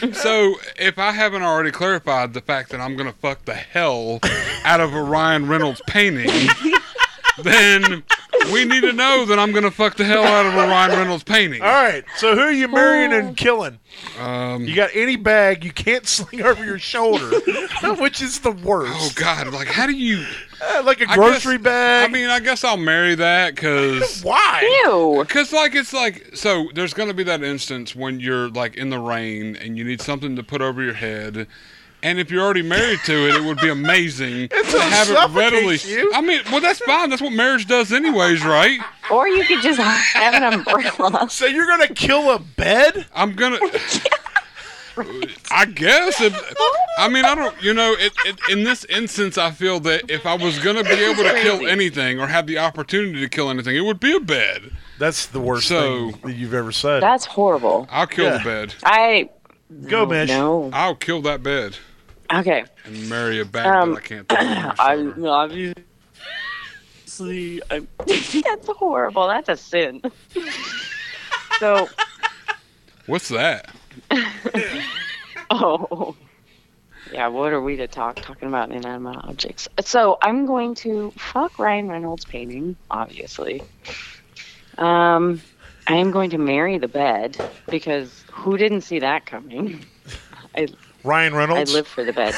[SPEAKER 2] again.
[SPEAKER 3] so if I haven't already clarified the fact that I'm gonna fuck the hell out of a Ryan Reynolds painting, then we need to know that I'm gonna fuck the hell out of a Ryan Reynolds painting.
[SPEAKER 2] All right. So who are you marrying and killing?
[SPEAKER 3] Oh. Um,
[SPEAKER 2] You got any bag you can't sling over your shoulder, which is the worst.
[SPEAKER 3] oh God! Like, how do you?
[SPEAKER 2] Uh, like a
[SPEAKER 3] I
[SPEAKER 2] grocery
[SPEAKER 3] guess-
[SPEAKER 2] bag.
[SPEAKER 3] I mean, I guess I'll marry that because.
[SPEAKER 2] why?
[SPEAKER 4] Ew.
[SPEAKER 3] Cause like it's like so there's gonna be that instance when you're like in the rain and you need something to put over your head, and if you're already married to it, it would be amazing to
[SPEAKER 2] what
[SPEAKER 3] have it readily.
[SPEAKER 2] suffocates you.
[SPEAKER 3] I mean, well that's fine. That's what marriage does, anyways, right?
[SPEAKER 4] Or you could just have an umbrella.
[SPEAKER 2] So you're gonna kill a bed?
[SPEAKER 3] I'm gonna. I guess if I mean I don't you know it, it, in this instance I feel that if I was gonna be able to kill anything or have the opportunity to kill anything, it would be a bed.
[SPEAKER 2] That's the worst
[SPEAKER 3] So-
[SPEAKER 2] thing that you've ever said.
[SPEAKER 4] That's horrible.
[SPEAKER 3] I'll kill
[SPEAKER 2] Yeah.
[SPEAKER 3] the bed.
[SPEAKER 4] I
[SPEAKER 2] Go,
[SPEAKER 4] no,
[SPEAKER 2] Mish.
[SPEAKER 4] No.
[SPEAKER 3] I'll kill that bed.
[SPEAKER 4] Okay.
[SPEAKER 3] and marry a bag
[SPEAKER 4] Um,
[SPEAKER 3] that I can't. throw over my
[SPEAKER 4] I
[SPEAKER 3] shoulder.
[SPEAKER 4] no, obviously I That's horrible. That's a sin. so
[SPEAKER 3] What's that?
[SPEAKER 4] oh yeah, what are we to talk talking about inanimate objects? So I'm going to fuck Ryan Reynolds painting, obviously. Um I am going to marry the bed because who didn't see that coming? I
[SPEAKER 2] Ryan
[SPEAKER 4] I
[SPEAKER 2] Reynolds.
[SPEAKER 4] live for the bed.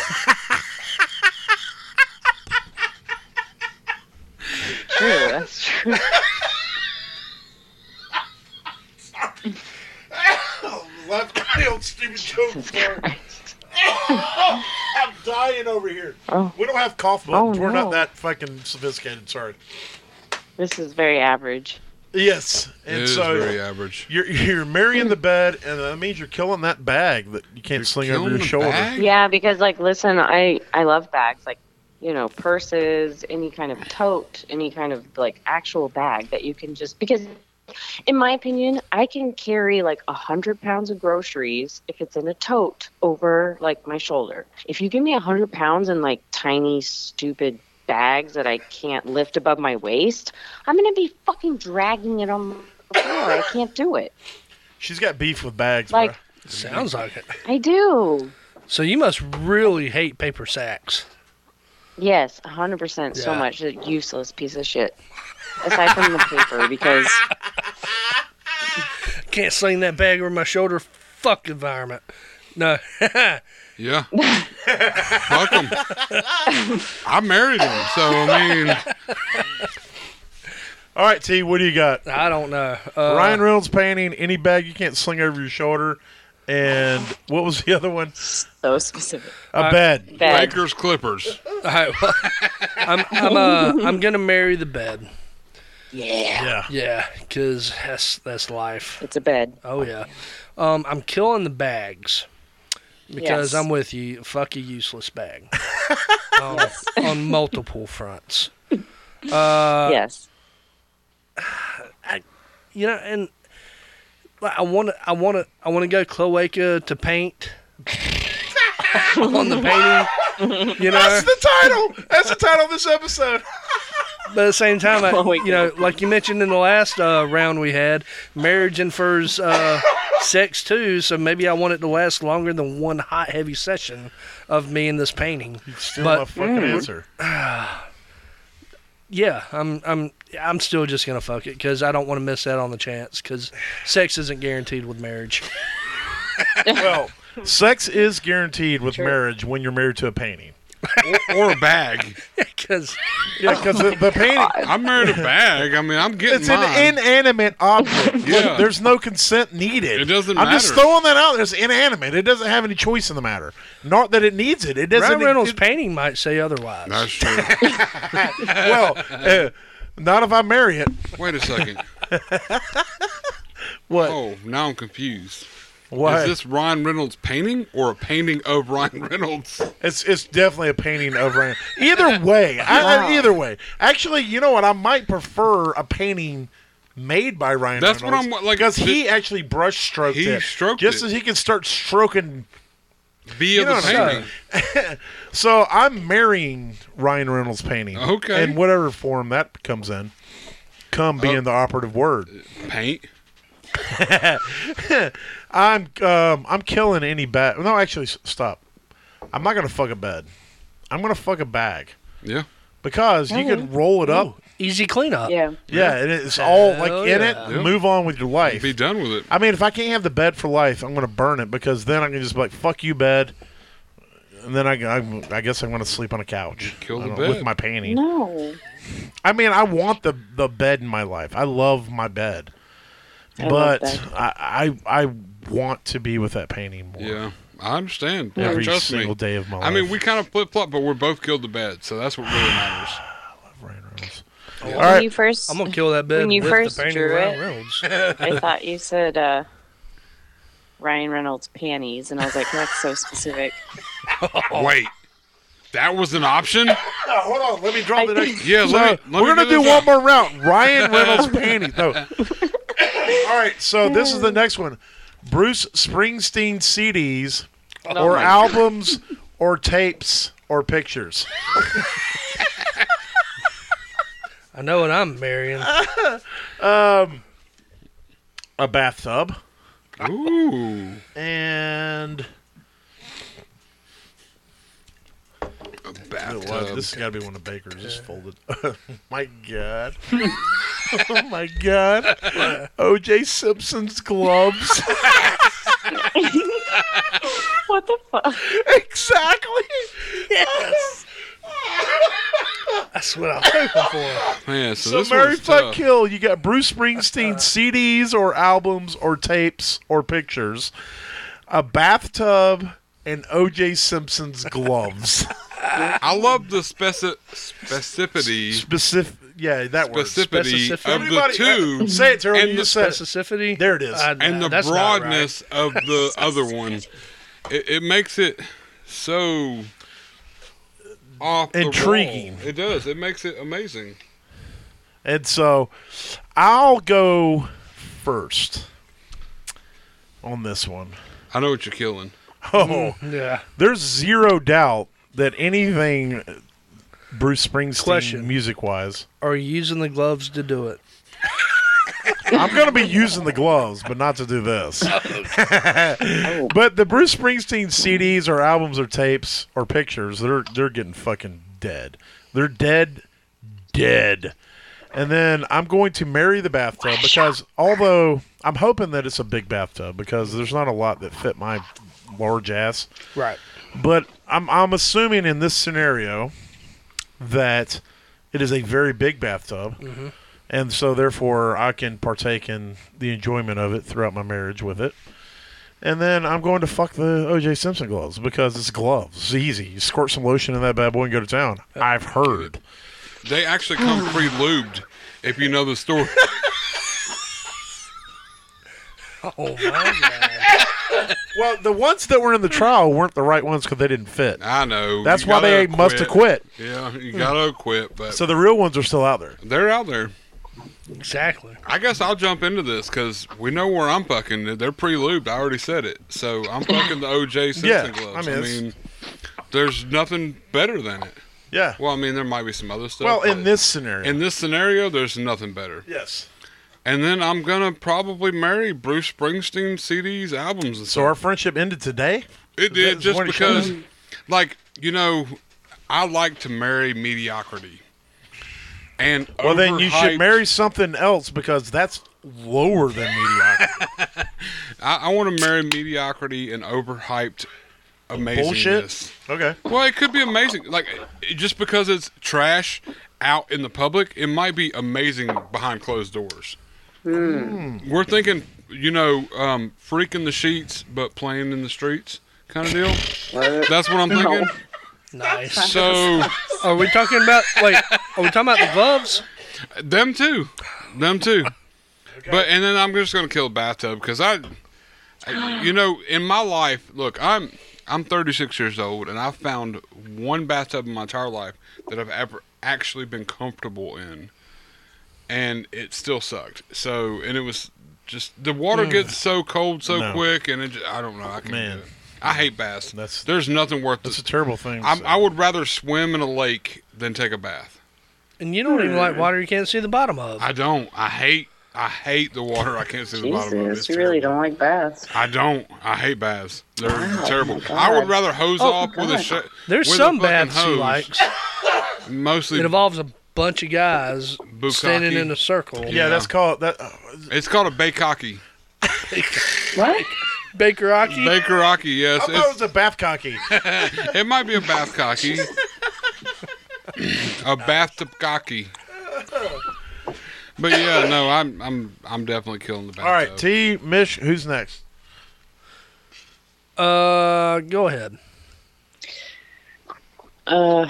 [SPEAKER 4] true, that's true.
[SPEAKER 2] left my old stupid joke.
[SPEAKER 4] Jesus Christ.
[SPEAKER 2] I'm dying over here.
[SPEAKER 4] Oh.
[SPEAKER 2] We don't have cough buttons.
[SPEAKER 4] Oh,
[SPEAKER 2] We're not
[SPEAKER 4] no.
[SPEAKER 2] that fucking sophisticated. Sorry.
[SPEAKER 4] This is very average.
[SPEAKER 2] Yes,
[SPEAKER 3] It
[SPEAKER 2] and
[SPEAKER 3] is
[SPEAKER 2] so
[SPEAKER 3] very uh, average.
[SPEAKER 2] you're you're marrying the bed, and that means you're killing that bag that you can't sling over
[SPEAKER 3] Killing
[SPEAKER 2] your
[SPEAKER 3] the
[SPEAKER 2] shoulder.
[SPEAKER 3] bag?
[SPEAKER 4] Yeah, because like listen, I I love bags like you know, purses, any kind of tote, any kind of like actual bag that you can just because in my opinion, I can carry like a hundred pounds of groceries if it's in a tote over like my shoulder. If you give me a hundred pounds in like tiny, stupid bags that I can't lift above my waist, I'm gonna be fucking dragging it on the floor. I can't do it.
[SPEAKER 2] She's got beef with bags,
[SPEAKER 4] Like-
[SPEAKER 2] bro.
[SPEAKER 5] Sounds like it.
[SPEAKER 4] I do.
[SPEAKER 5] So you must really hate paper sacks.
[SPEAKER 4] Yes, 100% so
[SPEAKER 5] Yeah.
[SPEAKER 4] much. A useless piece of shit. Aside from the paper, because
[SPEAKER 5] Can't sling that bag over my shoulder. Fuck environment. No.
[SPEAKER 3] Yeah. Fuck him. I married him, so I mean,
[SPEAKER 2] All right, T, what do you got?
[SPEAKER 5] I don't know. Uh,
[SPEAKER 2] Ryan Reynolds painting any bag you can't sling over your shoulder, and what was the other one?
[SPEAKER 4] so specific.
[SPEAKER 2] A bed.
[SPEAKER 4] Bed.
[SPEAKER 3] Lakers Clippers.
[SPEAKER 5] all right, well, I'm I'm uh, I'm gonna marry the bed.
[SPEAKER 4] Yeah.
[SPEAKER 2] Yeah.
[SPEAKER 5] Yeah, cause that's that's life.
[SPEAKER 4] It's a bed.
[SPEAKER 5] Oh yeah. Um, I'm killing the bags because
[SPEAKER 4] Yes.
[SPEAKER 5] I'm with you. Fuck a useless bag. um, on multiple fronts. uh,
[SPEAKER 4] yes.
[SPEAKER 5] you know, and like, I want to, I want to, I want to go cloaca to paint on the painting. You know,
[SPEAKER 2] That's the title. That's the title of this episode.
[SPEAKER 5] But at the same time, I,
[SPEAKER 4] Chloe.
[SPEAKER 5] you know, like you mentioned in the last uh, round we had, marriage infers uh, sex too. So maybe I want it to last longer than one hot, heavy session of me in this painting.
[SPEAKER 2] Still
[SPEAKER 5] But-
[SPEAKER 2] my fucking answer.
[SPEAKER 5] Yeah, I'm, I'm, I'm still just gonna fuck it because I don't want to miss out on the chance because sex isn't guaranteed with marriage.
[SPEAKER 2] Well, sex is guaranteed with marriage when you're married to a painting.
[SPEAKER 3] or, or a bag.
[SPEAKER 5] Because
[SPEAKER 2] Yeah, because the, the painting.
[SPEAKER 3] I'm married a bag. I mean, I'm getting
[SPEAKER 2] It's
[SPEAKER 3] mine.
[SPEAKER 2] an inanimate object. Look,
[SPEAKER 3] Yeah.
[SPEAKER 2] there's no consent needed.
[SPEAKER 3] It doesn't
[SPEAKER 2] I'm just
[SPEAKER 3] matter.
[SPEAKER 2] throwing that out there. It's inanimate. It doesn't have any choice in the matter. Not that it needs it. It doesn't. e-
[SPEAKER 5] Ryan Reynolds'
[SPEAKER 2] it-
[SPEAKER 5] painting might say otherwise.
[SPEAKER 3] That's true.
[SPEAKER 2] well, uh, not if I marry it.
[SPEAKER 3] Wait a second.
[SPEAKER 2] What?
[SPEAKER 3] Oh, now I'm confused.
[SPEAKER 2] What?
[SPEAKER 3] Is this Ryan Reynolds painting or a painting of Ryan Reynolds?
[SPEAKER 2] It's it's definitely a painting of Rand. Either way, I, I- either way. Actually, you know what? I might prefer a painting made by Ryan.
[SPEAKER 3] That's what
[SPEAKER 2] Reynolds
[SPEAKER 3] I'm- like,
[SPEAKER 2] because he
[SPEAKER 3] th-
[SPEAKER 2] actually brush stroked
[SPEAKER 3] he
[SPEAKER 2] it,
[SPEAKER 3] stroked
[SPEAKER 2] just
[SPEAKER 3] it.
[SPEAKER 2] as he can start stroking.
[SPEAKER 3] Via
[SPEAKER 2] know
[SPEAKER 3] the
[SPEAKER 2] what I'm
[SPEAKER 3] painting.
[SPEAKER 2] So I'm marrying Ryan Reynolds' painting,
[SPEAKER 3] Okay. Uh,
[SPEAKER 2] in whatever form that comes in. Come being the operative word.
[SPEAKER 3] Paint.
[SPEAKER 2] I'm um, I'm killing any bag. No, actually, s- stop. I'm not gonna fuck a bed. I'm gonna fuck a bag
[SPEAKER 3] Yeah.
[SPEAKER 2] because you can
[SPEAKER 3] Oh,
[SPEAKER 2] roll it up.
[SPEAKER 5] Easy cleanup.
[SPEAKER 4] Yeah.
[SPEAKER 2] Yeah, and it's all like
[SPEAKER 5] Hell
[SPEAKER 2] in it.
[SPEAKER 5] yeah.
[SPEAKER 3] Yeah.
[SPEAKER 2] Move on with your life.
[SPEAKER 3] Be done with it.
[SPEAKER 2] I mean, if I can't have the bed for life, I'm gonna burn it because then I can just be like fuck you, bed, and then I, I, I guess I'm gonna sleep on a couch.
[SPEAKER 3] Kill
[SPEAKER 2] I
[SPEAKER 3] the
[SPEAKER 2] don't know, with
[SPEAKER 3] bed.
[SPEAKER 2] my painting.
[SPEAKER 4] No.
[SPEAKER 2] I mean, I want the the bed in my life. I love my bed,
[SPEAKER 4] I love
[SPEAKER 2] but
[SPEAKER 4] bed.
[SPEAKER 2] I, I I want to be with that painting more.
[SPEAKER 3] Yeah. I understand.
[SPEAKER 2] Every
[SPEAKER 3] Trust
[SPEAKER 2] single
[SPEAKER 3] me.
[SPEAKER 2] day of my life.
[SPEAKER 3] I mean, we kind of flip flop, but we're both killed to bed, so that's what really matters.
[SPEAKER 2] Ryan Reynolds.
[SPEAKER 5] All
[SPEAKER 2] All
[SPEAKER 4] When
[SPEAKER 2] right,
[SPEAKER 4] you first,
[SPEAKER 5] I'm gonna kill that bed
[SPEAKER 4] When you
[SPEAKER 5] with
[SPEAKER 4] first
[SPEAKER 5] the painting
[SPEAKER 4] drew
[SPEAKER 5] of Ryan
[SPEAKER 4] it-
[SPEAKER 5] Reynolds.
[SPEAKER 4] I thought you said uh, Ryan Reynolds panties, and I was like, that's so specific.
[SPEAKER 3] Wait. That was an option?
[SPEAKER 2] Uh, hold on. Let me drop the next.
[SPEAKER 3] Yeah,
[SPEAKER 2] So,
[SPEAKER 3] let me, let
[SPEAKER 2] we're
[SPEAKER 3] me
[SPEAKER 2] gonna do
[SPEAKER 3] this
[SPEAKER 2] one
[SPEAKER 3] out.
[SPEAKER 2] more round. Ryan Reynolds panties. No. All right, so this is the next one. Bruce Springsteen CDs or albums or tapes or pictures.
[SPEAKER 5] I know what I'm marrying.
[SPEAKER 2] A bathtub
[SPEAKER 3] Ooh.
[SPEAKER 2] and
[SPEAKER 3] A
[SPEAKER 2] Oh,
[SPEAKER 3] bathtub.
[SPEAKER 2] wow, this has got to be one of Baker's. Just folded. my God. oh my God. OJ Simpson's gloves.
[SPEAKER 4] What the fuck?
[SPEAKER 2] exactly.
[SPEAKER 5] yes. That's what I'm hoping
[SPEAKER 3] Man, so,
[SPEAKER 2] So
[SPEAKER 3] this
[SPEAKER 2] Mary
[SPEAKER 3] one's
[SPEAKER 2] Fuck
[SPEAKER 3] tough.
[SPEAKER 2] Kill, you got Bruce Springsteen CDs or albums or tapes or pictures, a bathtub, and OJ Simpson's gloves.
[SPEAKER 3] I love the speci- specificity,
[SPEAKER 2] Specific, yeah, that word.
[SPEAKER 3] specificity
[SPEAKER 5] specificity.
[SPEAKER 3] of
[SPEAKER 2] Everybody-
[SPEAKER 3] the two,
[SPEAKER 2] Say it, Terrell.
[SPEAKER 3] and
[SPEAKER 2] you
[SPEAKER 3] the
[SPEAKER 2] just
[SPEAKER 5] for.
[SPEAKER 2] said it.
[SPEAKER 5] Specificity.
[SPEAKER 2] There it is.
[SPEAKER 5] I-
[SPEAKER 3] and the
[SPEAKER 5] that's not right.
[SPEAKER 3] broadness of the other one. It, it makes it so off the wall.
[SPEAKER 2] Intriguing.
[SPEAKER 3] It does. It makes it amazing.
[SPEAKER 2] And so, I'll go first on this one.
[SPEAKER 3] I know what you're killing.
[SPEAKER 2] Oh,
[SPEAKER 5] Yeah.
[SPEAKER 2] there's zero doubt that anything Bruce Springsteen
[SPEAKER 5] Question.
[SPEAKER 2] music-wise,
[SPEAKER 5] Are you using the gloves to do it?
[SPEAKER 2] I'm going to be using the gloves, but not to do this. but the Bruce Springsteen CDs or albums or tapes or pictures, they're they're getting fucking dead. They're dead, dead. And then I'm going to marry the bathtub because although I'm hoping that it's a big bathtub because there's not a lot that fit my large ass.
[SPEAKER 5] Right.
[SPEAKER 2] But I'm I'm assuming in this scenario that it is a very big bathtub, and so therefore I can partake in the enjoyment of it throughout my marriage with it. And then I'm going to fuck the OJ Simpson gloves because it's gloves. It's easy. You squirt some lotion in that bad boy and go to town. I've heard.
[SPEAKER 3] They actually come pre-lubed, if you know the story.
[SPEAKER 5] Oh my
[SPEAKER 2] Well, the ones that were in the trial weren't the right ones because they didn't fit.
[SPEAKER 3] I know.
[SPEAKER 2] That's
[SPEAKER 3] You
[SPEAKER 2] why they
[SPEAKER 3] gotta
[SPEAKER 2] must have quit. Hmm.
[SPEAKER 3] Yeah, you gotta quit, but
[SPEAKER 2] So the real ones are still out there.
[SPEAKER 3] they're out there.
[SPEAKER 5] god. exactly.
[SPEAKER 3] I guess I'll jump into this because we know where I'm fucking. They're pre-lubed. I already said it. So I'm fucking the OJ Simpson
[SPEAKER 2] Yeah,
[SPEAKER 3] gloves.
[SPEAKER 2] I
[SPEAKER 3] I
[SPEAKER 2] mean,
[SPEAKER 3] mean,
[SPEAKER 2] it's-
[SPEAKER 3] there's nothing better than it.
[SPEAKER 2] Yeah.
[SPEAKER 3] Well, I mean, there might be some other stuff.
[SPEAKER 2] Well, in
[SPEAKER 3] but
[SPEAKER 2] this scenario.
[SPEAKER 3] in this scenario, there's nothing better.
[SPEAKER 2] yes.
[SPEAKER 3] And then I'm gonna probably marry Bruce Springsteen CDs, albums, and
[SPEAKER 2] So
[SPEAKER 3] stuff.
[SPEAKER 2] our friendship ended today.
[SPEAKER 3] It did
[SPEAKER 2] That's
[SPEAKER 3] just
[SPEAKER 2] what it
[SPEAKER 3] because,
[SPEAKER 2] shows.
[SPEAKER 3] like you know, I like to marry mediocrity. And
[SPEAKER 2] Well, then you should
[SPEAKER 3] overhyped-
[SPEAKER 2] marry something else because that's lower than mediocrity.
[SPEAKER 3] I, I want to marry mediocrity and overhyped amazingness.
[SPEAKER 2] Bullshit. Okay.
[SPEAKER 3] Well, it could be amazing. Like it- just because it's trash out in the public, it might be amazing behind closed doors. We're thinking, you know, um, freaking the sheets but playing in the streets kind of deal. That's what I'm thinking.
[SPEAKER 5] Nice.
[SPEAKER 3] So
[SPEAKER 5] Are we talking about wait? Are we talking about the gloves?
[SPEAKER 3] them too, them too. But and then I'm just gonna kill a bathtub because I, I- you know, in my life, look, I'm I'm 36 years old and I've found one bathtub in my entire life that I've ever actually been comfortable in, and it still sucked. So and it was just the water gets so cold so
[SPEAKER 2] Mm. No.
[SPEAKER 3] quick and it just, I don't know I can't.
[SPEAKER 2] Man.
[SPEAKER 3] Do it. I hate baths.
[SPEAKER 2] That's-
[SPEAKER 3] There's nothing worth
[SPEAKER 2] That's a
[SPEAKER 3] it.
[SPEAKER 2] terrible thing. to
[SPEAKER 3] I'm,
[SPEAKER 2] say.
[SPEAKER 3] I would rather swim in a lake than take a bath.
[SPEAKER 5] And you don't
[SPEAKER 3] Hmm.
[SPEAKER 5] even like water you can't see the bottom of.
[SPEAKER 3] I don't. I hate. I hate the water. I can't see the bottom of it.
[SPEAKER 6] Jesus,
[SPEAKER 3] It's
[SPEAKER 6] you really
[SPEAKER 3] terrible.
[SPEAKER 6] don't like baths.
[SPEAKER 3] I don't. I hate baths. They're terrible.
[SPEAKER 6] God.
[SPEAKER 3] I would rather hose
[SPEAKER 5] Oh,
[SPEAKER 3] off with a
[SPEAKER 6] God.
[SPEAKER 3] sh-
[SPEAKER 5] There's
[SPEAKER 3] with a
[SPEAKER 5] some
[SPEAKER 3] fucking
[SPEAKER 5] baths he
[SPEAKER 3] hose.
[SPEAKER 5] likes.
[SPEAKER 3] Mostly,
[SPEAKER 5] It involves a bunch of guys
[SPEAKER 3] Bukkake.
[SPEAKER 5] standing in a circle.
[SPEAKER 2] yeah,
[SPEAKER 3] yeah.
[SPEAKER 2] that's called that. oh,
[SPEAKER 3] it's called a bakaki.
[SPEAKER 6] What?
[SPEAKER 5] Baker Rocky.
[SPEAKER 3] Bakeraki, yes.
[SPEAKER 2] I thought it
[SPEAKER 3] It's,
[SPEAKER 2] was a bath cocky.
[SPEAKER 3] it might be a bath cocky. a bath cocky. But yeah, no, I'm I'm I'm definitely killing the bathtub.
[SPEAKER 2] All right, T. Mish, who's next?
[SPEAKER 5] uh, go ahead.
[SPEAKER 4] Uh,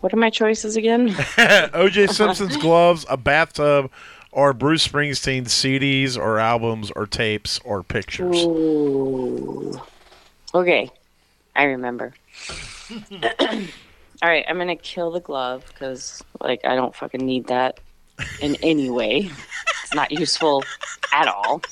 [SPEAKER 4] what are my choices again?
[SPEAKER 2] OJ Simpson's gloves, a bathtub, or Bruce Springsteen CDs or albums or tapes or pictures.
[SPEAKER 4] Ooh. Okay, I remember. All right, I'm gonna kill the glove because, like, I don't fucking need that in any way. It's not useful at all.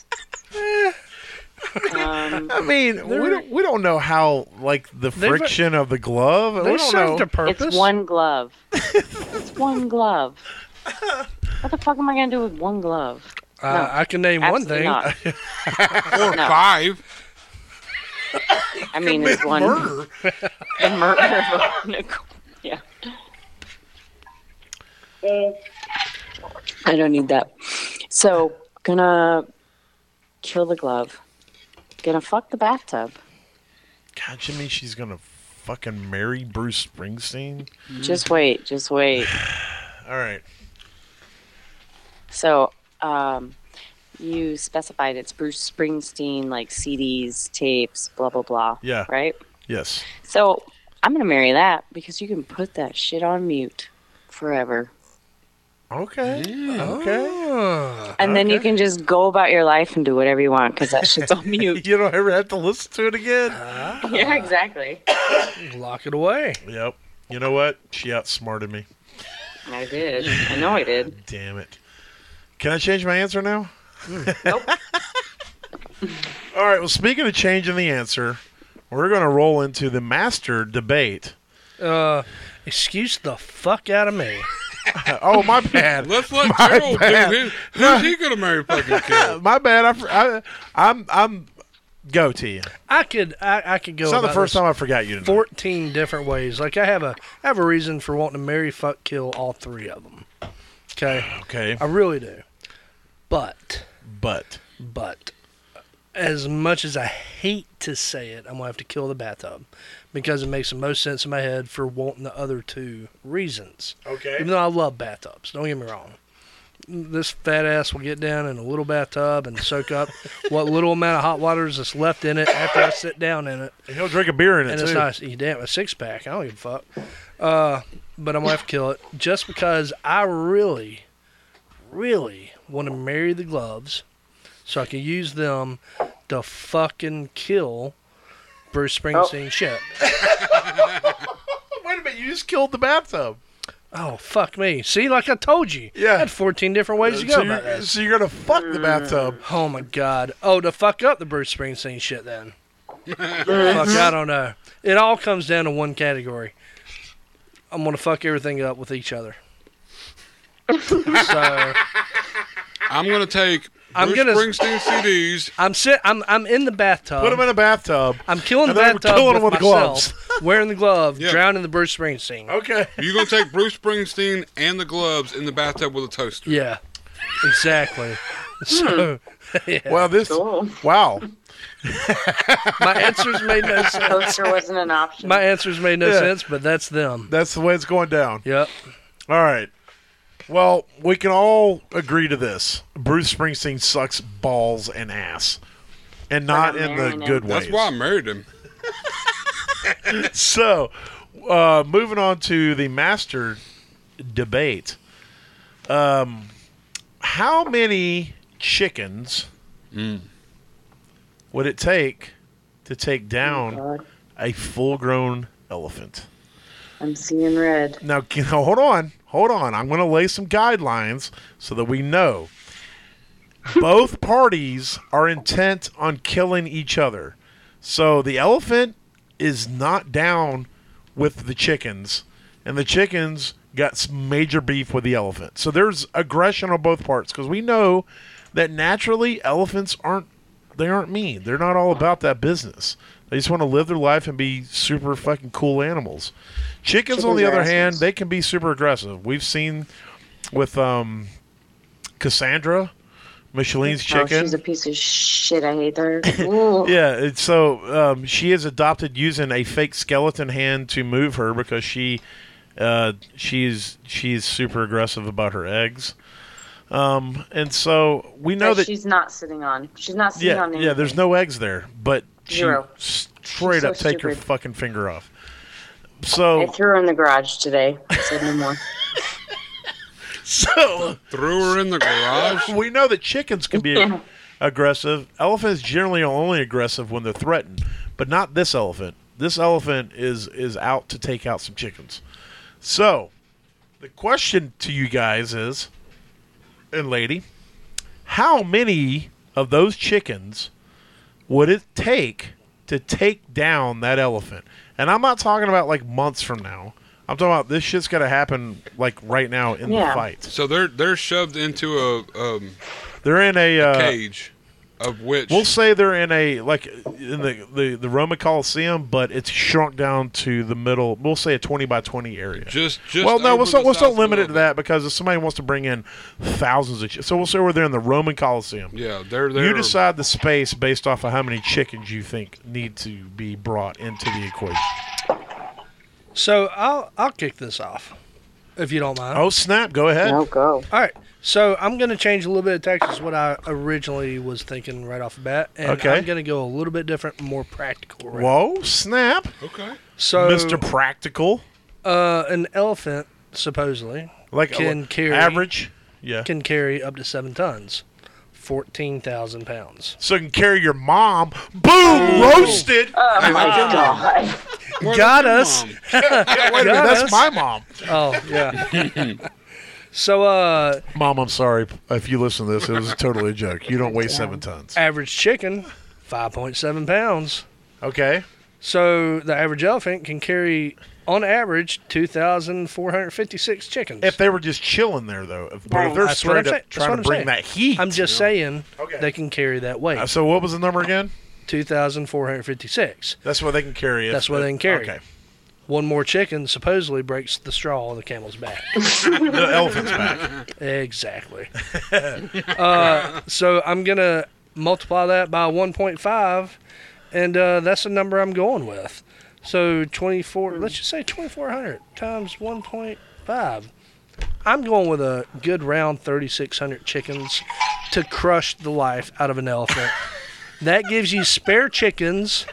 [SPEAKER 4] Um,
[SPEAKER 2] I mean, we don't, we don't know how like the
[SPEAKER 5] They've-
[SPEAKER 2] friction of the glove.
[SPEAKER 5] They
[SPEAKER 2] We don't know.
[SPEAKER 5] served a purpose.
[SPEAKER 4] it's one glove. It's one glove. What the fuck am I gonna do with one glove?
[SPEAKER 5] Uh, I can name one
[SPEAKER 4] Absolutely
[SPEAKER 5] thing.
[SPEAKER 4] not.
[SPEAKER 3] Or five.
[SPEAKER 4] I mean, it's one
[SPEAKER 2] Murder.
[SPEAKER 4] the murder of Nicole. Yeah. I don't need that. So, gonna kill the glove. Gonna fuck the bathtub.
[SPEAKER 2] God, you mean she's gonna fucking marry Bruce Springsteen?
[SPEAKER 4] Just wait, just wait.
[SPEAKER 2] All right.
[SPEAKER 4] So, um, you specified it's Bruce Springsteen, like CDs, tapes, blah, blah, blah.
[SPEAKER 2] Yeah.
[SPEAKER 4] Right?
[SPEAKER 2] Yes.
[SPEAKER 4] So, I'm gonna marry that because you can put that shit on mute forever.
[SPEAKER 2] Okay. Okay.
[SPEAKER 5] Uh,
[SPEAKER 4] And then you
[SPEAKER 2] Okay.
[SPEAKER 4] can just go about your life and do whatever you want because that shit's on mute.
[SPEAKER 2] You don't ever have to listen to it again.
[SPEAKER 5] Uh.
[SPEAKER 4] Yeah, exactly.
[SPEAKER 5] lock it away.
[SPEAKER 2] Yep. You know what? She outsmarted me.
[SPEAKER 4] I did. I know I did.
[SPEAKER 2] Damn it. Can I change my answer now?
[SPEAKER 5] Mm.
[SPEAKER 2] All right. Well, speaking of changing the answer, we're going to roll into the master debate.
[SPEAKER 5] Uh, excuse the fuck out of me.
[SPEAKER 2] Uh, oh, my bad.
[SPEAKER 3] Let's let
[SPEAKER 2] My
[SPEAKER 3] Gerald do
[SPEAKER 2] bad.
[SPEAKER 3] his. Who's he gonna marry? Fucking kill.
[SPEAKER 2] my bad. I, fr- I, I'm. I'm. Go to you.
[SPEAKER 5] I could I, I could go.
[SPEAKER 2] It's not the
[SPEAKER 5] about
[SPEAKER 2] first
[SPEAKER 5] this
[SPEAKER 2] time I forgot you. Tonight.
[SPEAKER 5] Fourteen different ways. Like I have a I have a reason for wanting to marry, fuck, kill all three of them. Okay,
[SPEAKER 2] Okay.
[SPEAKER 5] I really do. But
[SPEAKER 2] But
[SPEAKER 5] but as much as I hate to say it, I'm gonna have to kill the bathtub because it makes the most sense in my head for wanting the other two reasons.
[SPEAKER 2] okay.
[SPEAKER 5] Even though I love bathtubs, don't get me wrong. This fat ass will get down in a little bathtub and soak up what little amount of hot water is that's left in it after I sit down in it.
[SPEAKER 2] He'll drink a beer in it
[SPEAKER 5] And
[SPEAKER 2] too.
[SPEAKER 5] it's nice. You damn a six pack. I don't give a fuck. Uh, but I'm gonna have to kill it just because I really, really want to marry the gloves, so I can use them to fucking kill Bruce
[SPEAKER 2] Oh.
[SPEAKER 5] Springsteen. Shit.
[SPEAKER 2] Wait a minute. You just killed the bathtub.
[SPEAKER 5] Oh fuck me. See, like I told you.
[SPEAKER 2] Yeah. Uh,
[SPEAKER 5] I had 14 different ways to go
[SPEAKER 2] so,
[SPEAKER 5] about
[SPEAKER 2] you're,
[SPEAKER 5] this.
[SPEAKER 2] so you're gonna fuck the bathtub.
[SPEAKER 5] Oh my god. Oh, to fuck up the Bruce Springsteen shit then. fuck, I don't know. It all comes down to one category. I'm gonna fuck everything up with each other. so
[SPEAKER 3] I'm gonna take
[SPEAKER 5] I'm
[SPEAKER 3] Bruce
[SPEAKER 5] gonna-
[SPEAKER 3] Springsteen CDs.
[SPEAKER 5] I'm sit. I'm I'm in the bathtub.
[SPEAKER 2] Put him in a bathtub.
[SPEAKER 5] I'm killing the
[SPEAKER 2] And then I'm
[SPEAKER 5] bathtub
[SPEAKER 2] killing
[SPEAKER 5] with,
[SPEAKER 2] him with the Oh.
[SPEAKER 5] myself, wearing the glove,
[SPEAKER 3] Yeah.
[SPEAKER 5] drowning the Bruce Springsteen.
[SPEAKER 2] Okay.
[SPEAKER 3] You're gonna take Bruce Springsteen and the gloves in the bathtub with a toaster.
[SPEAKER 5] Yeah, exactly.
[SPEAKER 2] Hmm.
[SPEAKER 5] so
[SPEAKER 2] Well, this.
[SPEAKER 4] Cool.
[SPEAKER 2] Wow.
[SPEAKER 5] my answers made no sense.
[SPEAKER 4] Poster wasn't an option.
[SPEAKER 5] My answers made no
[SPEAKER 2] Yeah.
[SPEAKER 5] sense, but that's them.
[SPEAKER 2] That's the way it's going down.
[SPEAKER 5] Yep.
[SPEAKER 2] All right. Well, we can all agree to this. Bruce Springsteen sucks balls and ass. And not in the
[SPEAKER 4] marrying him.
[SPEAKER 2] good
[SPEAKER 3] That's
[SPEAKER 2] ways.
[SPEAKER 3] why I married him.
[SPEAKER 2] So, uh, moving on to the master debate. Um, how many chickens would it take to take down
[SPEAKER 6] God,
[SPEAKER 2] a full-grown elephant?
[SPEAKER 6] I'm seeing red.
[SPEAKER 2] Now, you know, hold on, hold on. I'm going to lay some guidelines so that we know. Both parties are intent on killing each other. So the elephant is not down with the chickens, and the chickens got some major beef with the elephant. So there's aggression on both parts because we know that naturally elephants aren't they aren't mean. They're not all about that business. They just want to live their life and be super fucking cool animals. Chickens, on the
[SPEAKER 6] Chickens are
[SPEAKER 2] other hand,
[SPEAKER 6] assholes.
[SPEAKER 2] they can be super aggressive. We've seen with um, Cassandra, Micheline's
[SPEAKER 4] Oh,
[SPEAKER 2] chicken.
[SPEAKER 4] she's a piece of shit. I hate her. Ooh.
[SPEAKER 2] Yeah, it's- so um, she is adopted using a fake skeleton hand to move her because she uh, she's she's super aggressive about her eggs. Um, and so we know
[SPEAKER 4] That
[SPEAKER 2] that
[SPEAKER 4] she's not sitting on. She's not sitting
[SPEAKER 2] yeah,
[SPEAKER 4] on anything.
[SPEAKER 2] yeah, there's no eggs there, but she
[SPEAKER 4] Zero.
[SPEAKER 2] straight
[SPEAKER 4] She's so
[SPEAKER 2] up take her
[SPEAKER 4] stupid.
[SPEAKER 2] fucking finger off.
[SPEAKER 4] I
[SPEAKER 2] So
[SPEAKER 4] threw her in the garage today. I said no more.
[SPEAKER 2] so
[SPEAKER 3] Threw her in the garage.
[SPEAKER 2] we know that chickens can be
[SPEAKER 4] Yeah.
[SPEAKER 2] aggressive. Elephants generally are only aggressive when they're threatened, but not this elephant. This elephant is is out to take out some chickens. So, the question to you guys is, and lady, how many of those chickens would it take to take down that elephant? And I'm not talking about like months from now. I'm talking about this shit's gotta happen like right now in the
[SPEAKER 4] Yeah.
[SPEAKER 2] fight.
[SPEAKER 3] So they're they're shoved into a um,
[SPEAKER 2] They're in a, uh,
[SPEAKER 3] cage, of which
[SPEAKER 2] We'll say they're in a like in the the, the Roma Coliseum, but it's shrunk down to the middle. We'll say a twenty by twenty area.
[SPEAKER 3] just just
[SPEAKER 2] well, no,
[SPEAKER 3] over
[SPEAKER 2] let's
[SPEAKER 3] the
[SPEAKER 2] not let's
[SPEAKER 3] size
[SPEAKER 2] not
[SPEAKER 3] of the
[SPEAKER 2] limit it to
[SPEAKER 3] elephant.
[SPEAKER 2] that because if somebody wants to bring in thousands of, chi- so we'll say we're there in the Roman Coliseum.
[SPEAKER 3] Yeah, they're they're
[SPEAKER 2] You decide the space based off of how many chickens you think need to be brought into the equation.
[SPEAKER 5] So I'll I'll kick this off, if you don't mind.
[SPEAKER 2] Oh snap! Go ahead.
[SPEAKER 4] No go.
[SPEAKER 5] All right. So I'm going to change a little bit of Texas, what I originally was thinking right off the bat. And
[SPEAKER 2] Okay.
[SPEAKER 5] I'm going to go a little bit different, more practical. Right?
[SPEAKER 2] Whoa! Snap,
[SPEAKER 3] Okay.
[SPEAKER 5] so,
[SPEAKER 2] Mister Practical.
[SPEAKER 5] Uh, an elephant, supposedly,
[SPEAKER 2] Like
[SPEAKER 5] Can
[SPEAKER 2] uh,
[SPEAKER 5] carry-
[SPEAKER 2] average. Yeah.
[SPEAKER 5] can carry up to seven tons, 14,000 pounds.
[SPEAKER 2] so it can carry your mom. Boom! Roasted.
[SPEAKER 4] Oh my god.
[SPEAKER 3] Where
[SPEAKER 5] Got
[SPEAKER 3] did your
[SPEAKER 5] us.
[SPEAKER 3] mom-
[SPEAKER 2] Wait a minute, that's
[SPEAKER 5] Yes.
[SPEAKER 2] my mom.
[SPEAKER 5] Oh, yeah. so, uh,
[SPEAKER 2] Mom, I'm sorry if you listen to this. It was totally a joke. You don't weigh seven tons.
[SPEAKER 5] average chicken, 5.7 pounds.
[SPEAKER 2] Okay.
[SPEAKER 5] So the average elephant can carry, on average, 2,456 chickens.
[SPEAKER 2] If they were just chilling there, though, if, but if they're
[SPEAKER 5] That's what
[SPEAKER 2] straight
[SPEAKER 5] I'm
[SPEAKER 2] up
[SPEAKER 5] saying. That's
[SPEAKER 2] trying
[SPEAKER 5] what
[SPEAKER 2] to
[SPEAKER 5] I'm
[SPEAKER 2] bring
[SPEAKER 5] saying.
[SPEAKER 2] that heat.
[SPEAKER 5] I'm just saying
[SPEAKER 2] Okay.
[SPEAKER 5] they can carry that weight.
[SPEAKER 2] Uh, So what was the number again?
[SPEAKER 5] 2,456.
[SPEAKER 2] That's what they can carry. it.
[SPEAKER 5] That's what they can carry.
[SPEAKER 2] Okay.
[SPEAKER 5] One more chicken supposedly breaks the straw on the camel's back.
[SPEAKER 2] The elephant's back.
[SPEAKER 5] exactly. uh, so I'm going to multiply that by 1.5, and uh, that's the number I'm going with. So 24, let's just say 2,400 times 1.5. I'm going with a good round 3,600 chickens to crush the life out of an elephant. that gives you spare chickens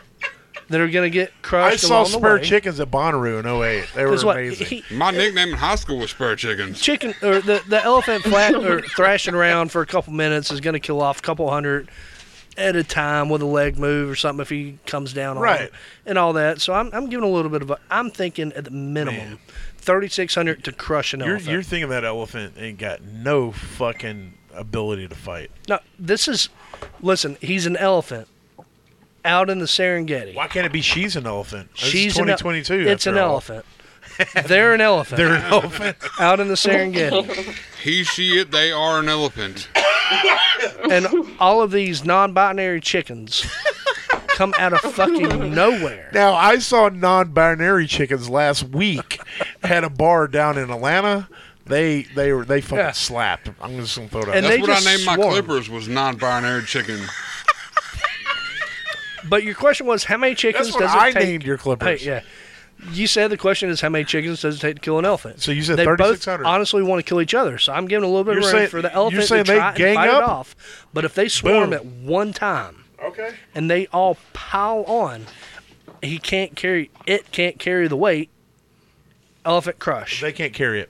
[SPEAKER 5] that are going to get crushed.
[SPEAKER 2] I saw
[SPEAKER 5] along the
[SPEAKER 2] spare
[SPEAKER 5] way.
[SPEAKER 2] chickens at Bonnaroo in 08. They were
[SPEAKER 5] 'Cause what,
[SPEAKER 2] amazing.
[SPEAKER 5] he-
[SPEAKER 3] My nickname in high school was spare chickens.
[SPEAKER 5] chicken or the, the elephant flat or thrashing around for a couple minutes is going to kill off a couple hundred at a time with a leg move or something if he comes down on
[SPEAKER 2] Right.
[SPEAKER 5] it and all that. So I'm, I'm giving a little bit of a. I'm thinking at the minimum, thirty six hundred to crush an
[SPEAKER 2] you're,
[SPEAKER 5] elephant.
[SPEAKER 2] you're thinking that elephant ain't got no fucking ability to fight.
[SPEAKER 5] no, this is. Listen, he's an elephant out in the Serengeti.
[SPEAKER 2] Why can't it be she's an elephant? This is
[SPEAKER 5] She's an el-
[SPEAKER 2] 2022.
[SPEAKER 5] it's
[SPEAKER 2] after
[SPEAKER 5] an
[SPEAKER 2] all.
[SPEAKER 5] elephant. They're an elephant
[SPEAKER 2] They're an elephant.
[SPEAKER 5] out in the Serengeti.
[SPEAKER 3] He, she, it, they are an elephant.
[SPEAKER 5] and all of these non-binary chickens come out of fucking nowhere.
[SPEAKER 2] Now, I saw non-binary chickens last week at a bar down in Atlanta. They they were they fucking
[SPEAKER 5] Yeah.
[SPEAKER 2] slapped. I'm just gonna throw it out.
[SPEAKER 5] And
[SPEAKER 2] there.
[SPEAKER 5] they
[SPEAKER 3] That's what I named
[SPEAKER 5] just
[SPEAKER 3] my
[SPEAKER 5] swarmed.
[SPEAKER 3] Clippers was non-binary chicken.
[SPEAKER 5] But your question was, how many chickens
[SPEAKER 2] That's what
[SPEAKER 5] does it
[SPEAKER 2] I
[SPEAKER 5] take?
[SPEAKER 2] named your
[SPEAKER 5] Hey,
[SPEAKER 2] Clippers.
[SPEAKER 5] yeah. You said the question is how many chickens does it take to kill an elephant?
[SPEAKER 2] So you said
[SPEAKER 5] they
[SPEAKER 2] 3,600.
[SPEAKER 5] both honestly want to kill each other. So I'm giving a little bit
[SPEAKER 2] You're
[SPEAKER 5] of room
[SPEAKER 2] saying-
[SPEAKER 5] for the
[SPEAKER 2] you're
[SPEAKER 5] elephant
[SPEAKER 2] saying
[SPEAKER 5] to
[SPEAKER 2] they
[SPEAKER 5] try
[SPEAKER 2] gang
[SPEAKER 5] and fight
[SPEAKER 2] up?
[SPEAKER 5] it off. But if they swarm
[SPEAKER 2] Boom.
[SPEAKER 5] at one time
[SPEAKER 2] Okay.
[SPEAKER 5] and they all pile on, he can't carry it. Can't carry the weight. Elephant crush.
[SPEAKER 2] They can't carry it.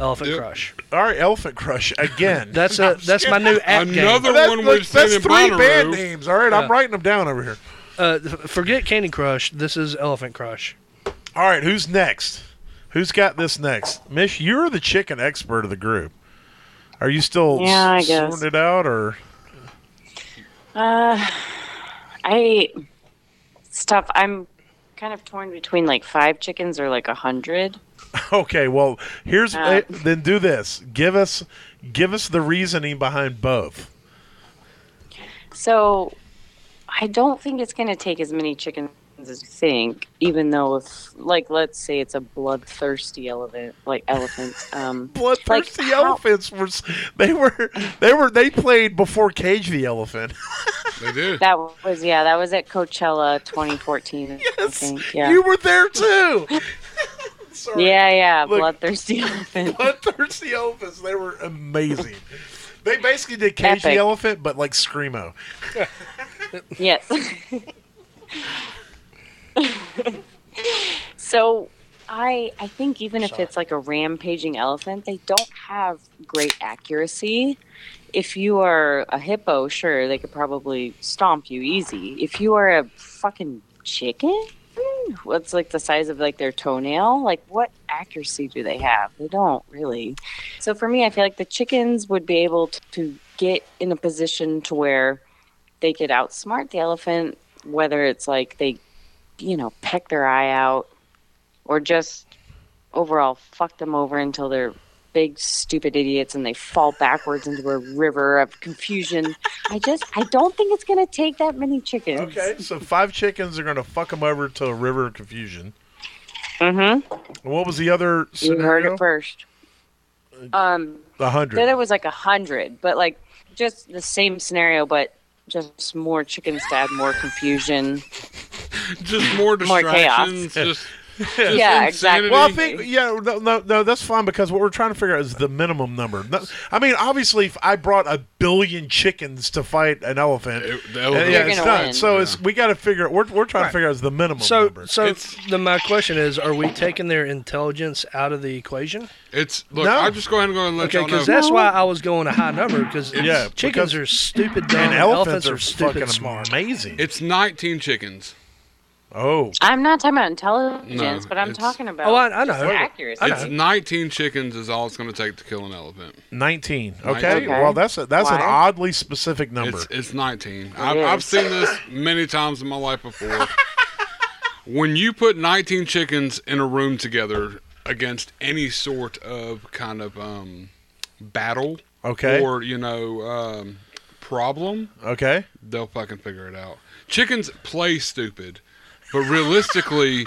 [SPEAKER 5] elephant
[SPEAKER 3] Yep.
[SPEAKER 5] crush.
[SPEAKER 2] All right, Elephant Crush again.
[SPEAKER 5] That's a that's my new app game.
[SPEAKER 3] Another
[SPEAKER 2] That-
[SPEAKER 3] one
[SPEAKER 2] that-
[SPEAKER 3] we've seen
[SPEAKER 2] that's
[SPEAKER 3] in
[SPEAKER 2] three band
[SPEAKER 3] Bonnaroo.
[SPEAKER 2] names. All right, I'm writing them down over here.
[SPEAKER 5] Uh, f- forget Candy Crush. This is Elephant Crush.
[SPEAKER 2] All right, who's next? Who's got this next? Mish, you're the chicken expert of the group. Are you still
[SPEAKER 4] Yeah, I
[SPEAKER 2] s-
[SPEAKER 4] guess.
[SPEAKER 2] sorting it out, or
[SPEAKER 4] Uh, I stuff. I'm kind of torn between like five chickens or like a hundred.
[SPEAKER 2] okay? Well, here's
[SPEAKER 4] Uh.
[SPEAKER 2] eh, then. Do this. Give us give us the reasoning behind both.
[SPEAKER 4] So I don't think it's going to take as many chickens as you think. Even though if like let's say it's a bloodthirsty elephant, like elephant. Um,
[SPEAKER 2] Bloodthirsty
[SPEAKER 4] Like, how-
[SPEAKER 2] elephants were s- they were they were they played before Cage the Elephant.
[SPEAKER 3] They do.
[SPEAKER 4] that was yeah. That was at Coachella 2014. I think. Yeah.
[SPEAKER 2] You were there too. Sorry.
[SPEAKER 4] yeah, yeah,
[SPEAKER 2] Look.
[SPEAKER 4] bloodthirsty elephant.
[SPEAKER 2] Bloodthirsty elephants. They were amazing. They basically did Cage the
[SPEAKER 4] Epic.
[SPEAKER 2] Elephant, but like screamo.
[SPEAKER 4] Yes. so I I think even if it's like a rampaging elephant, they don't have great accuracy. If you are a hippo, sure, they could probably stomp you easy. If you are a fucking chicken, what's like the size of like their toenail? Like what accuracy do they have? They don't really. So for me, I feel like the chickens would be able to, to get in a position to where they could outsmart the elephant, whether it's like they, you know, peck their eye out or just overall fuck them over until they're big, stupid idiots and they fall backwards into a river of confusion. I just, I don't think it's going to take that many chickens.
[SPEAKER 2] Okay, so five chickens are gonna fuck them over to a river of confusion.
[SPEAKER 4] Mm-hmm.
[SPEAKER 2] And what was the other
[SPEAKER 4] You heard
[SPEAKER 2] scenario?
[SPEAKER 4] it first. Um,
[SPEAKER 2] A
[SPEAKER 4] then it
[SPEAKER 2] hundred.
[SPEAKER 4] was like a hundred, but like just the same scenario, but just more chickens to add more confusion.
[SPEAKER 3] Just more
[SPEAKER 4] More chaos.
[SPEAKER 3] distractions. just, just
[SPEAKER 4] Yeah,
[SPEAKER 3] insanity.
[SPEAKER 4] exactly.
[SPEAKER 2] Well, I think yeah, no, no, no, that's fine because what we're trying to figure out is the minimum number. No- I mean, obviously, if I brought a billion chickens to fight an elephant, uh,
[SPEAKER 3] It- the
[SPEAKER 2] yeah,
[SPEAKER 3] elephant-
[SPEAKER 4] You're
[SPEAKER 2] it's
[SPEAKER 4] gonna
[SPEAKER 2] not.
[SPEAKER 4] win.
[SPEAKER 2] So it's we got to figure. We're we're trying to figure out is the minimum
[SPEAKER 5] So
[SPEAKER 2] number.
[SPEAKER 5] so
[SPEAKER 3] It's-
[SPEAKER 5] the, my question is, are we taking their intelligence out of the equation?
[SPEAKER 3] It's look.
[SPEAKER 2] No.
[SPEAKER 3] I'll just go ahead and go and let
[SPEAKER 5] Okay,
[SPEAKER 3] y'all know.
[SPEAKER 5] because that's why I was going a high number because
[SPEAKER 2] Yeah,
[SPEAKER 5] chickens
[SPEAKER 2] because-
[SPEAKER 5] are stupid dumb,
[SPEAKER 2] and
[SPEAKER 5] and elephants, are,
[SPEAKER 2] fucking
[SPEAKER 5] stupid smart.
[SPEAKER 2] amazing.
[SPEAKER 3] it's 19 chickens.
[SPEAKER 2] oh,
[SPEAKER 4] I'm not talking about intelligence,
[SPEAKER 3] No,
[SPEAKER 4] but I'm
[SPEAKER 3] it's-
[SPEAKER 4] talking about
[SPEAKER 5] Oh, I, I know.
[SPEAKER 4] accuracy.
[SPEAKER 5] I know.
[SPEAKER 3] It's 19 chickens is all it's going to take to kill an elephant.
[SPEAKER 2] 19. Okay.
[SPEAKER 3] Okay.
[SPEAKER 2] Well, that's a, that's an
[SPEAKER 4] Why?
[SPEAKER 2] oddly specific number.
[SPEAKER 3] It's it's 19. I've, I've
[SPEAKER 4] is.
[SPEAKER 3] seen this many times in my life before. when you put 19 chickens in a room together against any sort of kind of um, battle
[SPEAKER 2] Okay.
[SPEAKER 3] or you know um, problem,
[SPEAKER 2] okay.
[SPEAKER 3] they'll fucking figure it out. Chickens play stupid, but realistically,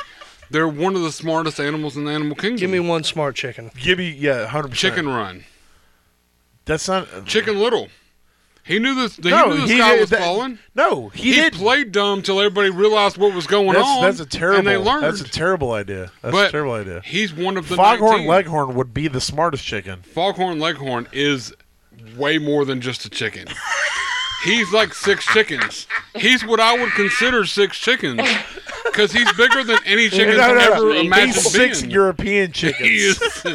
[SPEAKER 3] they're one of the smartest animals in the animal kingdom.
[SPEAKER 5] Give me one smart chicken.
[SPEAKER 2] Give me yeah, 100%.
[SPEAKER 3] Chicken Run,
[SPEAKER 2] That's not
[SPEAKER 3] Chicken Little. He knew this.
[SPEAKER 2] No,
[SPEAKER 3] he knew the
[SPEAKER 2] he
[SPEAKER 3] sky
[SPEAKER 2] did-
[SPEAKER 3] was
[SPEAKER 2] that-
[SPEAKER 3] falling.
[SPEAKER 2] No, he,
[SPEAKER 3] He,
[SPEAKER 2] didn't.
[SPEAKER 3] played dumb till everybody realized what was going
[SPEAKER 2] that's,
[SPEAKER 3] on.
[SPEAKER 2] that's a terrible.
[SPEAKER 3] And they learned.
[SPEAKER 2] That's a terrible idea. That's
[SPEAKER 3] but
[SPEAKER 2] a terrible idea.
[SPEAKER 3] He's one of the
[SPEAKER 2] Foghorn
[SPEAKER 3] 19.
[SPEAKER 2] Leghorn would be the smartest chicken.
[SPEAKER 3] Foghorn Leghorn is way more than just a chicken. he's like six chickens. He's what I would consider six chickens because he's bigger than any chicken
[SPEAKER 2] No, no,
[SPEAKER 3] I've
[SPEAKER 2] no.
[SPEAKER 3] ever imagined
[SPEAKER 2] He's six
[SPEAKER 3] being.
[SPEAKER 2] European chickens.
[SPEAKER 3] He is-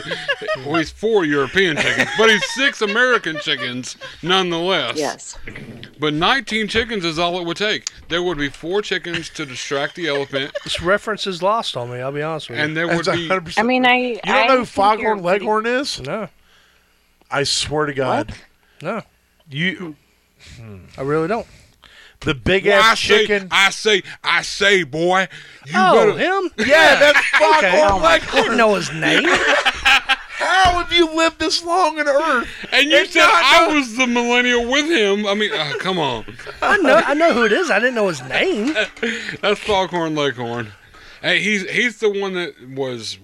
[SPEAKER 3] well, he's four European chickens, but he's six American chickens nonetheless.
[SPEAKER 4] Yes.
[SPEAKER 3] But 19 chickens is all it would take. There would be four chickens to distract the elephant,
[SPEAKER 5] This reference is lost on me. I'll be honest with you.
[SPEAKER 3] and there would
[SPEAKER 2] That's
[SPEAKER 3] be
[SPEAKER 2] 100%.
[SPEAKER 4] I mean, I.
[SPEAKER 2] you don't
[SPEAKER 4] I
[SPEAKER 2] know who
[SPEAKER 4] think you're
[SPEAKER 2] Foghorn
[SPEAKER 4] pretty-
[SPEAKER 2] Leghorn is?
[SPEAKER 5] no,
[SPEAKER 2] I swear to God.
[SPEAKER 5] no,
[SPEAKER 2] You
[SPEAKER 5] I really don't.
[SPEAKER 2] the big
[SPEAKER 3] Well, I
[SPEAKER 2] ass
[SPEAKER 3] say,
[SPEAKER 2] chicken.
[SPEAKER 3] I say, I say, boy, you
[SPEAKER 5] Oh,
[SPEAKER 3] better.
[SPEAKER 5] him?
[SPEAKER 2] yeah, that's fuck.
[SPEAKER 5] Okay. Oh,
[SPEAKER 2] I'm like,
[SPEAKER 5] I didn't know his name.
[SPEAKER 2] how have you lived this long on Earth?
[SPEAKER 3] And you
[SPEAKER 2] It's
[SPEAKER 3] said
[SPEAKER 2] not
[SPEAKER 3] I
[SPEAKER 2] the-
[SPEAKER 3] was the millennial with him. I mean, uh, come on,
[SPEAKER 5] I know, I know who it is. I didn't know his name.
[SPEAKER 3] that's Foghorn Leghorn. Hey, he's he's the one that was.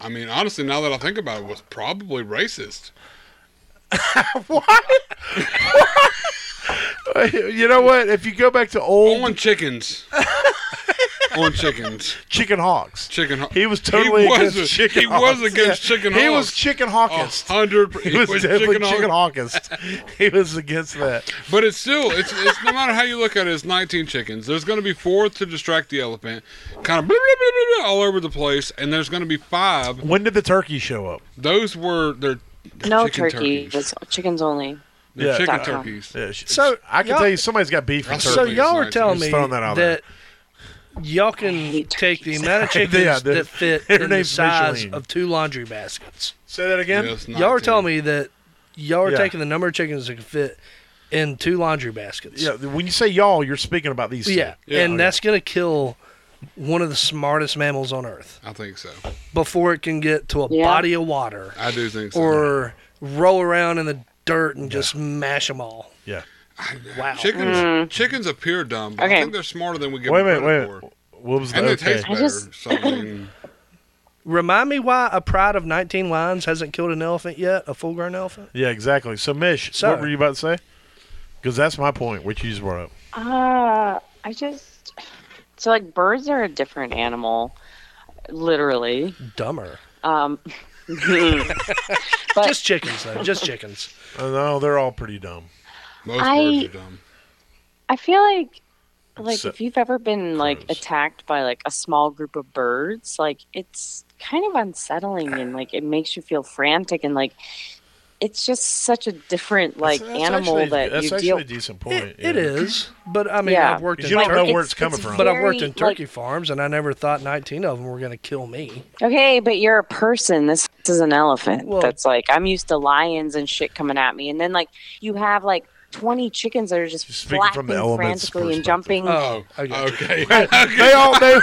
[SPEAKER 3] I mean, honestly, now that I think about it, was probably racist.
[SPEAKER 2] You know what? If you go back to old
[SPEAKER 3] On chickens. on chickens.
[SPEAKER 2] chicken hawks,
[SPEAKER 3] Chicken. ho-
[SPEAKER 2] he was totally against
[SPEAKER 3] a-
[SPEAKER 2] chicken.
[SPEAKER 3] He
[SPEAKER 2] hawks.
[SPEAKER 3] was against
[SPEAKER 2] Yeah.
[SPEAKER 3] chicken.
[SPEAKER 2] He
[SPEAKER 3] hawks.
[SPEAKER 2] was chicken
[SPEAKER 3] A
[SPEAKER 2] hawkist.
[SPEAKER 3] hundred. per-
[SPEAKER 2] He was, definitely
[SPEAKER 3] hawk.
[SPEAKER 2] chicken hawkist. he was against that.
[SPEAKER 3] But it's still, it's, it's no matter how you look at it, it's 19 chickens. There's going to be four to distract the elephant, kind of blah, blah, blah, blah, blah, all over the place, and there's going to be five.
[SPEAKER 2] When did the turkey show up?
[SPEAKER 3] Those were their
[SPEAKER 4] No
[SPEAKER 3] chicken
[SPEAKER 4] turkey.
[SPEAKER 3] turkeys.
[SPEAKER 4] It's chickens only.
[SPEAKER 3] They're
[SPEAKER 2] Yeah.
[SPEAKER 3] chicken
[SPEAKER 4] Dot com.
[SPEAKER 3] turkeys.
[SPEAKER 2] Yeah, sh-
[SPEAKER 5] So,
[SPEAKER 2] sh- I can
[SPEAKER 5] y'all-
[SPEAKER 2] tell you somebody's got beef with
[SPEAKER 3] So
[SPEAKER 5] So
[SPEAKER 2] turkey.
[SPEAKER 3] Certainly
[SPEAKER 5] y'all
[SPEAKER 3] it's
[SPEAKER 5] are
[SPEAKER 3] not.
[SPEAKER 5] telling
[SPEAKER 2] Just
[SPEAKER 5] me
[SPEAKER 2] throwing that out
[SPEAKER 5] that y'all can
[SPEAKER 4] hate
[SPEAKER 5] take the
[SPEAKER 4] turkeys.
[SPEAKER 5] amount of chickens
[SPEAKER 2] Yeah, dude.
[SPEAKER 5] that fit
[SPEAKER 2] Her
[SPEAKER 5] in the
[SPEAKER 2] name's
[SPEAKER 5] size
[SPEAKER 2] Micheline.
[SPEAKER 5] of two laundry baskets.
[SPEAKER 2] Say that again.
[SPEAKER 3] Yes,
[SPEAKER 5] Y'all are
[SPEAKER 3] 19.
[SPEAKER 5] telling me that y'all are
[SPEAKER 2] Yeah.
[SPEAKER 5] taking the number of chickens that can fit in two laundry baskets.
[SPEAKER 2] Yeah, oh, when you say y'all, you're speaking about these. two.
[SPEAKER 5] Yeah,
[SPEAKER 3] Yeah.
[SPEAKER 5] and
[SPEAKER 3] Okay.
[SPEAKER 5] that's gonna kill one of the smartest mammals on Earth
[SPEAKER 3] I think so.
[SPEAKER 5] before it can get to a
[SPEAKER 4] Yeah.
[SPEAKER 5] body of water
[SPEAKER 3] I do think so.
[SPEAKER 5] or roll around in the dirt and just mash them all.
[SPEAKER 2] Yeah.
[SPEAKER 5] Wow.
[SPEAKER 3] chickens, chickens appear dumb, but I
[SPEAKER 4] Mm. Okay.
[SPEAKER 3] think they're smarter than we give
[SPEAKER 2] Wait a
[SPEAKER 3] them
[SPEAKER 2] minute. Wait.
[SPEAKER 3] credit
[SPEAKER 2] A minute.
[SPEAKER 3] for.
[SPEAKER 2] What was the
[SPEAKER 3] And they
[SPEAKER 2] okay?
[SPEAKER 3] taste
[SPEAKER 4] I
[SPEAKER 3] better.
[SPEAKER 4] just-
[SPEAKER 3] so, I mean,
[SPEAKER 5] Remind me why a pride of 19 lions hasn't killed an elephant yet, a full grown elephant?
[SPEAKER 2] Yeah, exactly. So, Mish,
[SPEAKER 5] So-
[SPEAKER 2] what were you about to say? Because that's my point, which you just brought up.
[SPEAKER 4] Uh, I just so like birds are a different animal, literally.
[SPEAKER 5] Dumber.
[SPEAKER 4] Um, but
[SPEAKER 5] Just chickens, though. Just chickens.
[SPEAKER 2] Uh, no, they're all pretty dumb.
[SPEAKER 3] most
[SPEAKER 4] I-
[SPEAKER 3] birds are dumb.
[SPEAKER 4] I feel like like
[SPEAKER 2] So-
[SPEAKER 4] if you've ever been like
[SPEAKER 2] Crows.
[SPEAKER 4] attacked by like a small group of birds, like it's kind of unsettling and like it makes you feel frantic and like it's just such a different like
[SPEAKER 2] That's- that's
[SPEAKER 4] animal
[SPEAKER 2] actually-
[SPEAKER 4] that
[SPEAKER 2] that's
[SPEAKER 4] you
[SPEAKER 2] actually
[SPEAKER 4] deal
[SPEAKER 2] a decent point.
[SPEAKER 5] It, it
[SPEAKER 2] yeah.
[SPEAKER 5] is, but I mean,
[SPEAKER 4] Yeah.
[SPEAKER 5] I've worked in
[SPEAKER 2] You don't
[SPEAKER 5] tur-
[SPEAKER 2] know where it's coming from.
[SPEAKER 5] but I've worked in
[SPEAKER 4] very, like-
[SPEAKER 5] turkey farms, and I never thought 19 of them were going to kill me.
[SPEAKER 4] Okay, but you're a person. This is an elephant.
[SPEAKER 5] Well-
[SPEAKER 4] That's like I'm used to lions and shit coming at me, and then like you have like 20 chickens that are just
[SPEAKER 2] You're speaking from the
[SPEAKER 4] flapping
[SPEAKER 2] elements perspective.
[SPEAKER 4] frantically and jumping.
[SPEAKER 5] Oh, I got you.
[SPEAKER 3] Okay. okay.
[SPEAKER 2] They all they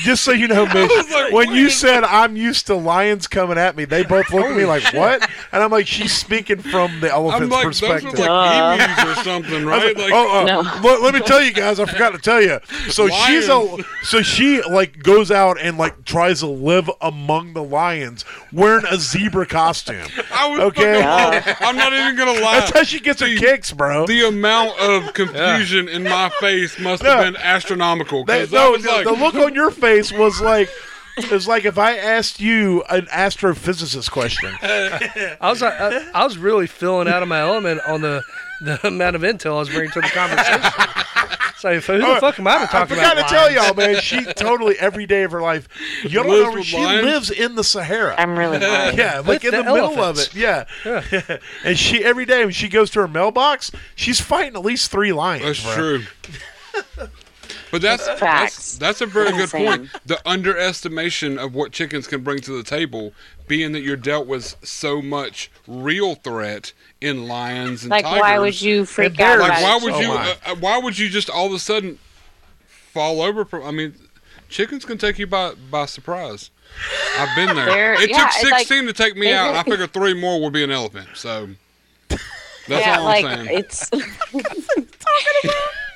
[SPEAKER 2] just so you know, Mish.
[SPEAKER 3] was like,
[SPEAKER 2] when
[SPEAKER 3] what
[SPEAKER 2] you
[SPEAKER 3] is
[SPEAKER 2] said I'm used to lions coming at me, they both looked at me like what? And I'm like, she's speaking from the elephant's
[SPEAKER 3] I'm like, those
[SPEAKER 2] perspective.
[SPEAKER 3] are like emus or something,
[SPEAKER 2] I was
[SPEAKER 3] right?
[SPEAKER 2] like,
[SPEAKER 3] Like,
[SPEAKER 2] oh, uh,
[SPEAKER 4] No.
[SPEAKER 2] let, let me tell you guys, I forgot to tell you. So she's a,
[SPEAKER 3] Lions.
[SPEAKER 2] so she like goes out and like tries to live among the lions wearing a zebra costume.
[SPEAKER 3] I was
[SPEAKER 2] Okay.
[SPEAKER 3] okay. I'm not even gonna lie.
[SPEAKER 2] That's how she gets her
[SPEAKER 3] the-
[SPEAKER 2] kicks, bro.
[SPEAKER 3] the amount of confusion in my face must have
[SPEAKER 2] No.
[SPEAKER 3] been astronomical.
[SPEAKER 2] They-
[SPEAKER 3] 'cause I
[SPEAKER 2] no,
[SPEAKER 3] was
[SPEAKER 2] the,
[SPEAKER 3] like,
[SPEAKER 2] the look on your face was like it was like if I asked you an astrophysicist question.
[SPEAKER 5] I was like, I, I was really feeling out of my element on the, the amount of intel I was bringing to the conversation. so, who the fuck am Oh, I to
[SPEAKER 2] I
[SPEAKER 5] talk
[SPEAKER 2] forgot
[SPEAKER 5] about?
[SPEAKER 2] to tell y'all, man. She totally every day of her life. You don't
[SPEAKER 3] Lives
[SPEAKER 2] know
[SPEAKER 3] with
[SPEAKER 2] she
[SPEAKER 3] lions?
[SPEAKER 2] lives in the Sahara.
[SPEAKER 4] I'm really high.
[SPEAKER 2] yeah, like
[SPEAKER 5] With
[SPEAKER 2] in the,
[SPEAKER 5] the
[SPEAKER 2] middle of
[SPEAKER 5] elephants.
[SPEAKER 2] it. Yeah. and she every day when she goes to her mailbox, she's fighting at least three lions.
[SPEAKER 3] That's
[SPEAKER 2] bro.
[SPEAKER 3] true. But that's, that's
[SPEAKER 4] Facts.
[SPEAKER 3] that's a very good
[SPEAKER 4] Insane.
[SPEAKER 3] point. The underestimation of what chickens can bring to the table, being that you're dealt with so much real threat in lions and
[SPEAKER 4] Like,
[SPEAKER 3] tigers.
[SPEAKER 4] why would you freak
[SPEAKER 2] they're
[SPEAKER 4] out?
[SPEAKER 2] like,
[SPEAKER 4] about
[SPEAKER 3] Like, why
[SPEAKER 4] it?
[SPEAKER 3] would
[SPEAKER 2] Oh
[SPEAKER 3] you?
[SPEAKER 2] my.
[SPEAKER 3] Uh, uh, why would you just all of a sudden fall over? From I mean, chickens can take you by by surprise. I've been there.
[SPEAKER 4] They're-
[SPEAKER 3] it
[SPEAKER 4] yeah,
[SPEAKER 3] took
[SPEAKER 4] it's like-
[SPEAKER 3] sixteen to take me
[SPEAKER 4] they
[SPEAKER 3] out, and I
[SPEAKER 4] really-
[SPEAKER 3] figure three more would be an elephant. So that's
[SPEAKER 4] yeah,
[SPEAKER 3] all I'm
[SPEAKER 4] like
[SPEAKER 3] saying.
[SPEAKER 4] it's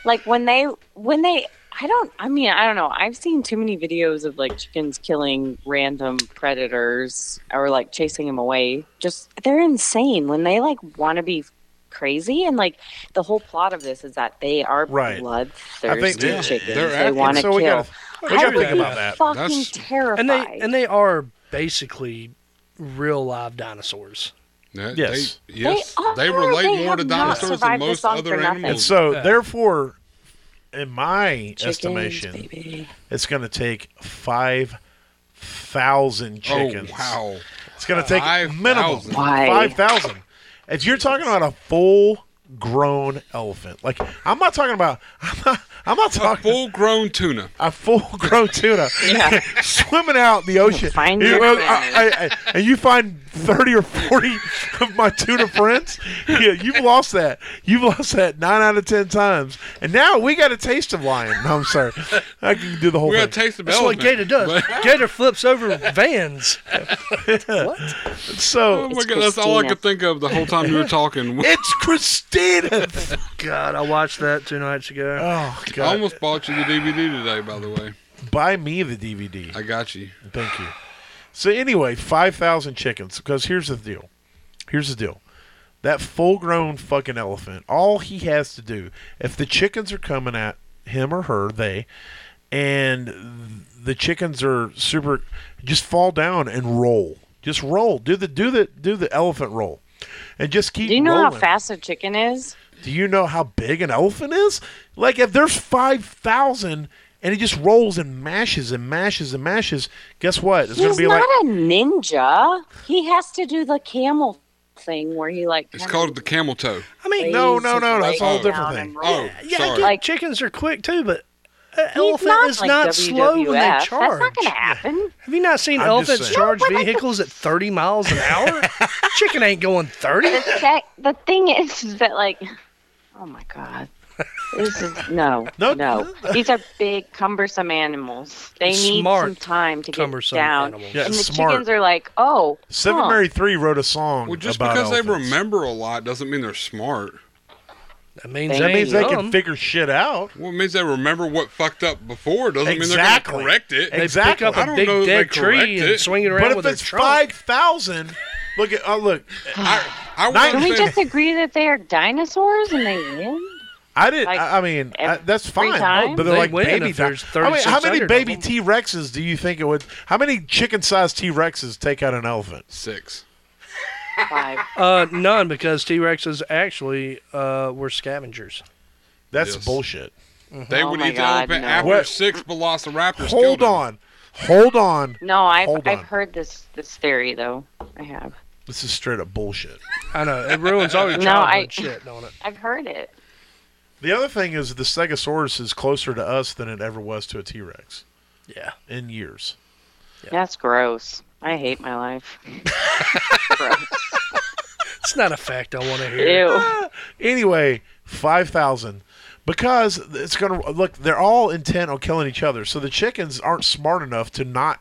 [SPEAKER 4] like when they when they I don't I mean I don't know I've seen too many videos of like chickens killing random predators or like chasing them away just they're insane when they like want to be crazy and like the whole plot of this is that they are
[SPEAKER 2] Right.
[SPEAKER 4] bloodthirsty
[SPEAKER 2] they're-
[SPEAKER 4] chickens
[SPEAKER 3] they're
[SPEAKER 4] they
[SPEAKER 3] acting-
[SPEAKER 4] want to
[SPEAKER 2] so we
[SPEAKER 4] kill
[SPEAKER 2] gotta- we gotta
[SPEAKER 4] I would
[SPEAKER 2] think
[SPEAKER 4] be
[SPEAKER 2] about that.
[SPEAKER 4] fucking
[SPEAKER 3] That's-
[SPEAKER 4] terrified
[SPEAKER 5] and they and they are basically real live dinosaurs.
[SPEAKER 3] Yeah, they-
[SPEAKER 2] Yes.
[SPEAKER 3] yes,
[SPEAKER 4] They
[SPEAKER 3] they,
[SPEAKER 4] are.
[SPEAKER 3] relate
[SPEAKER 4] They
[SPEAKER 3] more to
[SPEAKER 4] have not
[SPEAKER 3] dinosaurs than
[SPEAKER 4] survived this
[SPEAKER 3] most
[SPEAKER 4] long
[SPEAKER 3] other
[SPEAKER 4] for nothing.
[SPEAKER 2] And
[SPEAKER 3] animals.
[SPEAKER 2] so
[SPEAKER 5] Yeah.
[SPEAKER 2] therefore in my
[SPEAKER 4] Chickens,
[SPEAKER 2] estimation,
[SPEAKER 4] baby.
[SPEAKER 2] it's gonna take five thousand chickens.
[SPEAKER 3] Oh wow!
[SPEAKER 2] It's gonna take
[SPEAKER 3] 5,000.
[SPEAKER 2] minimum
[SPEAKER 4] Why?
[SPEAKER 2] five thousand. If you're talking about a full grown elephant. Like I'm not talking about I'm not, I'm not
[SPEAKER 3] A
[SPEAKER 2] talking
[SPEAKER 3] full grown tuna.
[SPEAKER 2] a full grown tuna
[SPEAKER 4] Yeah.
[SPEAKER 2] swimming out in the ocean.
[SPEAKER 4] Find
[SPEAKER 2] You
[SPEAKER 4] your
[SPEAKER 2] know,
[SPEAKER 4] friend.
[SPEAKER 2] I- I- I- and you find 30 or 40 of my tuna friends. Yeah, you've lost that. You've lost that nine out of 10 times. And now we got a taste of lion. No, I'm sorry. I can do the whole
[SPEAKER 3] We gotta
[SPEAKER 2] thing.
[SPEAKER 3] taste the
[SPEAKER 5] That's Oh, what
[SPEAKER 3] elephant.
[SPEAKER 5] Gator does.
[SPEAKER 3] But-
[SPEAKER 5] Gator flips over vans.
[SPEAKER 3] oh
[SPEAKER 2] so
[SPEAKER 3] my
[SPEAKER 4] It's
[SPEAKER 3] god, that's all I
[SPEAKER 4] Christina.
[SPEAKER 3] could think of the whole time you were talking.
[SPEAKER 2] it's Christina.
[SPEAKER 5] God, I watched that two nights ago.
[SPEAKER 2] Oh,
[SPEAKER 3] I
[SPEAKER 2] God.
[SPEAKER 3] almost bought you the DVD today, by the way.
[SPEAKER 2] Buy me the DVD.
[SPEAKER 3] I got you.
[SPEAKER 2] Thank you. So anyway, five thousand chickens. Because here's the deal. Here's the deal. That full-grown fucking elephant. All he has to do, if the chickens are coming at him or her, they, and th- the chickens are super, just fall down and roll. Just roll. Do the do the do the elephant roll, and just keep.
[SPEAKER 4] Do you know how
[SPEAKER 2] rolling.
[SPEAKER 4] fast a chicken is?
[SPEAKER 2] Do you know how big an elephant is? Like if there's 5,000 and it just rolls and mashes and mashes and mashes, guess what? It's going
[SPEAKER 4] He's
[SPEAKER 2] to be
[SPEAKER 4] not
[SPEAKER 2] like
[SPEAKER 4] a ninja. He has to do the camel thing where he like.
[SPEAKER 3] It's called the camel toe.
[SPEAKER 5] I mean,
[SPEAKER 2] No, no, no, no,
[SPEAKER 4] that's
[SPEAKER 2] it's a whole different thing.
[SPEAKER 3] Oh,
[SPEAKER 5] yeah, I
[SPEAKER 3] sorry.
[SPEAKER 5] get
[SPEAKER 4] Like-
[SPEAKER 5] chickens are quick too, but an
[SPEAKER 4] He's
[SPEAKER 5] elephant
[SPEAKER 4] not
[SPEAKER 5] is
[SPEAKER 4] like
[SPEAKER 5] not
[SPEAKER 4] WWF.
[SPEAKER 5] slow when they
[SPEAKER 4] That's
[SPEAKER 5] charge.
[SPEAKER 4] not gonna happen.
[SPEAKER 5] Have you not seen
[SPEAKER 2] I'm just
[SPEAKER 5] elephants
[SPEAKER 2] saying.
[SPEAKER 5] charge vehicles at 30 miles an hour? Chicken ain't going 30.
[SPEAKER 4] That, the thing is, is that like, oh my god, this is no,
[SPEAKER 2] No,
[SPEAKER 4] no, no. These are big, cumbersome animals. They need some
[SPEAKER 5] Smart,
[SPEAKER 4] time to get
[SPEAKER 5] Cumbersome
[SPEAKER 4] down.
[SPEAKER 5] animals.
[SPEAKER 2] Yeah.
[SPEAKER 4] And the
[SPEAKER 2] smart.
[SPEAKER 4] chickens are like, oh,
[SPEAKER 2] Seven
[SPEAKER 4] huh.
[SPEAKER 2] Mary Three wrote a song.
[SPEAKER 3] Well, just
[SPEAKER 2] about
[SPEAKER 3] because they
[SPEAKER 2] elephants.
[SPEAKER 3] remember a lot doesn't mean they're smart.
[SPEAKER 5] That means
[SPEAKER 4] That
[SPEAKER 5] they
[SPEAKER 2] That means
[SPEAKER 5] ain't
[SPEAKER 2] they can
[SPEAKER 5] dumb.
[SPEAKER 2] figure shit out.
[SPEAKER 3] Well, it means they remember what fucked up before doesn't
[SPEAKER 2] Exactly.
[SPEAKER 3] mean they're going to correct it.
[SPEAKER 5] They pick
[SPEAKER 2] Exactly.
[SPEAKER 5] up
[SPEAKER 2] I
[SPEAKER 5] a
[SPEAKER 3] don't
[SPEAKER 5] big
[SPEAKER 3] know that they
[SPEAKER 5] dead tree
[SPEAKER 3] correct
[SPEAKER 5] and
[SPEAKER 3] it.
[SPEAKER 5] swing it around
[SPEAKER 2] But if
[SPEAKER 5] with a
[SPEAKER 2] it's
[SPEAKER 5] trunk.
[SPEAKER 2] 5,000, look at, oh, look,
[SPEAKER 3] I, I would
[SPEAKER 2] Nine-
[SPEAKER 4] Can we
[SPEAKER 3] understand-
[SPEAKER 4] just agree that they are dinosaurs and they win?
[SPEAKER 2] I didn't.
[SPEAKER 4] Like,
[SPEAKER 2] I I mean, I, that's fine.
[SPEAKER 4] every
[SPEAKER 2] No,
[SPEAKER 4] time?
[SPEAKER 2] but they're
[SPEAKER 5] They
[SPEAKER 2] like
[SPEAKER 5] win
[SPEAKER 2] baby.
[SPEAKER 5] if there's
[SPEAKER 2] di- I mean, how many
[SPEAKER 5] 3,600
[SPEAKER 2] baby
[SPEAKER 5] of
[SPEAKER 2] T Rexes do you think it would? How many chicken-sized T Rexes take out an elephant?
[SPEAKER 3] Six.
[SPEAKER 4] Five.
[SPEAKER 5] Uh, none, because T Rexes actually uh, were scavengers.
[SPEAKER 2] That's
[SPEAKER 3] Yes.
[SPEAKER 2] bullshit.
[SPEAKER 3] They
[SPEAKER 4] Oh
[SPEAKER 3] would
[SPEAKER 4] my
[SPEAKER 3] eat the
[SPEAKER 4] God,
[SPEAKER 3] elephant
[SPEAKER 4] no.
[SPEAKER 3] after
[SPEAKER 2] What-
[SPEAKER 3] six velociraptors killed
[SPEAKER 2] Hold
[SPEAKER 3] him.
[SPEAKER 2] on, hold on.
[SPEAKER 4] No, I've
[SPEAKER 2] Hold
[SPEAKER 4] I've
[SPEAKER 2] on.
[SPEAKER 4] heard this this theory though. I have.
[SPEAKER 2] This is straight up bullshit.
[SPEAKER 5] I know it ruins all your
[SPEAKER 4] No,
[SPEAKER 5] childhood
[SPEAKER 4] I-
[SPEAKER 5] shit, don't it?
[SPEAKER 4] I've heard it.
[SPEAKER 2] The other thing is the Stegosaurus is closer to us than it ever was to a T Rex
[SPEAKER 5] Yeah.
[SPEAKER 2] in years.
[SPEAKER 4] That's gross. I hate my life.
[SPEAKER 5] It's not a fact I want to hear.
[SPEAKER 4] Ew.
[SPEAKER 2] Anyway, 5,000. Because it's going to look, they're all intent on killing each other. So the chickens aren't smart enough to not.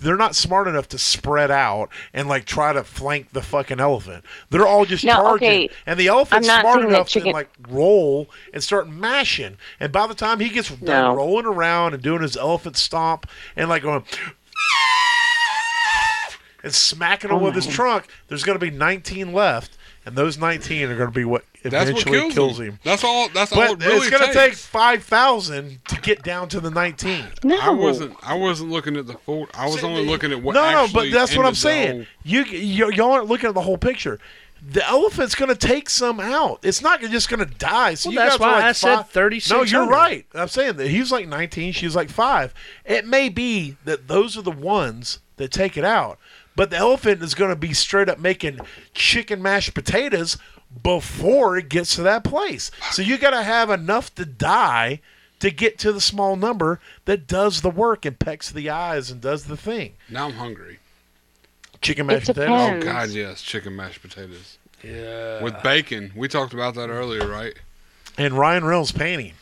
[SPEAKER 2] They're not smart enough to spread out and like try to flank the fucking elephant. They're all just
[SPEAKER 4] No,
[SPEAKER 2] charging,
[SPEAKER 4] okay.
[SPEAKER 2] and the elephant's
[SPEAKER 4] I'm not
[SPEAKER 2] smart
[SPEAKER 4] saying that
[SPEAKER 2] enough to
[SPEAKER 4] chicken-
[SPEAKER 2] like roll and start mashing. And by the time he gets done
[SPEAKER 4] No.
[SPEAKER 2] rolling around and doing his elephant stomp and like going, and smacking
[SPEAKER 4] Oh
[SPEAKER 2] them with his trunk, there's going to be 19 left, and those 19 are going to be what
[SPEAKER 3] That's what
[SPEAKER 2] eventually
[SPEAKER 3] kills,
[SPEAKER 2] kills
[SPEAKER 3] him.
[SPEAKER 2] him.
[SPEAKER 3] That's all. That's all.
[SPEAKER 2] But
[SPEAKER 3] It really
[SPEAKER 2] it's going to
[SPEAKER 3] takes.
[SPEAKER 2] take 5,000 to get down to the 19.
[SPEAKER 4] No.
[SPEAKER 3] I wasn't. I wasn't looking at the full. I was only looking at what.
[SPEAKER 2] no, no,
[SPEAKER 3] actually
[SPEAKER 2] but that's what I'm
[SPEAKER 3] ended the
[SPEAKER 2] saying.
[SPEAKER 3] whole-
[SPEAKER 2] You, you y'all aren't looking at the whole picture. The elephant's going to take some out. It's not just going to die. So
[SPEAKER 5] Well,
[SPEAKER 2] you
[SPEAKER 5] that's
[SPEAKER 2] guys are
[SPEAKER 5] why
[SPEAKER 2] like
[SPEAKER 5] I said
[SPEAKER 2] five- No,
[SPEAKER 5] 3600.
[SPEAKER 2] you're right. I'm saying that he was like 19, she was like five. It may be that those are the ones that take it out, but the elephant is going to be straight up making chicken mashed potatoes before it gets to that place. So you got to have enough to die to get to the small number that does the work and pecks the eyes and does the thing.
[SPEAKER 3] Now I'm hungry.
[SPEAKER 2] Chicken mashed
[SPEAKER 4] It
[SPEAKER 2] potatoes.
[SPEAKER 3] Oh
[SPEAKER 4] Mm.
[SPEAKER 3] God, yes, chicken mashed potatoes
[SPEAKER 5] Yeah.
[SPEAKER 3] with bacon. We talked about that earlier, right?
[SPEAKER 2] And Ryan Reynolds painting.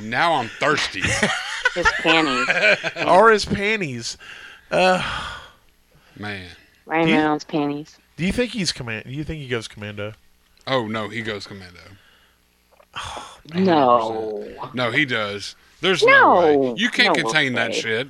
[SPEAKER 3] Now I'm thirsty.
[SPEAKER 4] His panties.
[SPEAKER 2] Are his panties.
[SPEAKER 3] Man.
[SPEAKER 4] Ryan
[SPEAKER 2] Do you-
[SPEAKER 4] Reynolds panties.
[SPEAKER 2] Do you think he's command? Do you think he goes commando?
[SPEAKER 3] Oh no, he goes commando.
[SPEAKER 4] No.
[SPEAKER 3] No, he does. There's no,
[SPEAKER 4] No.
[SPEAKER 3] way. You can't
[SPEAKER 4] No
[SPEAKER 3] contain that
[SPEAKER 4] way.
[SPEAKER 3] shit.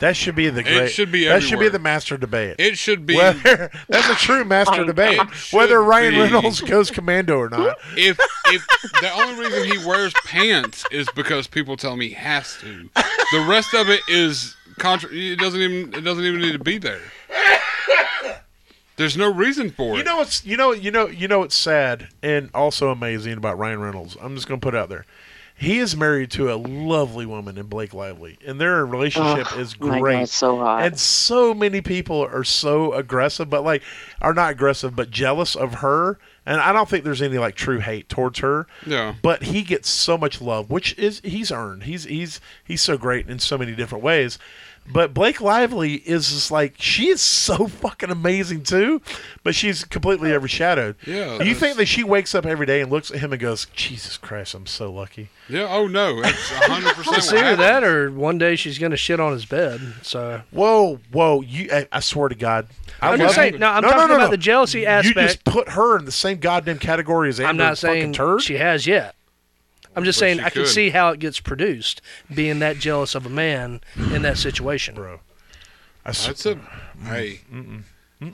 [SPEAKER 2] That should be the great.
[SPEAKER 3] should be
[SPEAKER 2] That should be
[SPEAKER 3] everywhere.
[SPEAKER 2] the master debate.
[SPEAKER 3] It should be
[SPEAKER 2] whether that's a true master debate
[SPEAKER 3] It should
[SPEAKER 2] whether Ryan
[SPEAKER 3] be.
[SPEAKER 2] Reynolds goes commando or not.
[SPEAKER 3] if if the only reason he wears pants is because people tell me he has to. The rest of it is contra- it doesn't even it doesn't even need to be there. There's no reason for it.
[SPEAKER 2] You know what's you know you know you know what's sad and also amazing about Ryan Reynolds. I'm just gonna put it out there. He is married to a lovely woman in Blake Lively, and their relationship
[SPEAKER 4] Ugh,
[SPEAKER 2] is
[SPEAKER 4] my God,
[SPEAKER 2] great.
[SPEAKER 4] it's so hot.
[SPEAKER 2] And so many people are so aggressive, but like are not aggressive, but jealous of her. And I don't think there's any like true hate towards her.
[SPEAKER 3] Yeah.
[SPEAKER 2] But he gets so much love, which is he's earned. He's he's he's so great in so many different ways. But Blake Lively is just like she is so fucking amazing too, but she's completely overshadowed.
[SPEAKER 3] Yeah,
[SPEAKER 2] You
[SPEAKER 3] that's-
[SPEAKER 2] think that she wakes up every day and looks at him and goes, "Jesus Christ, I'm so lucky."
[SPEAKER 3] Yeah. Oh no, it's hundred percent.
[SPEAKER 5] It's either that or one day she's gonna shit on his bed. So
[SPEAKER 2] Whoa, whoa! You, I, I swear to God, I
[SPEAKER 5] I'm
[SPEAKER 2] love
[SPEAKER 5] just saying.
[SPEAKER 2] you.
[SPEAKER 5] No, I'm talking about the jealousy aspect.
[SPEAKER 2] You just put her in the same goddamn category as Amber
[SPEAKER 5] I'm
[SPEAKER 2] fucking
[SPEAKER 5] not saying
[SPEAKER 2] turd.
[SPEAKER 5] she has yet. I'm just
[SPEAKER 3] Well,
[SPEAKER 5] saying
[SPEAKER 3] she
[SPEAKER 5] I can
[SPEAKER 3] could.
[SPEAKER 5] see how it gets produced, being that jealous of a man in that situation.
[SPEAKER 2] Bro. I s-
[SPEAKER 3] That's a hey.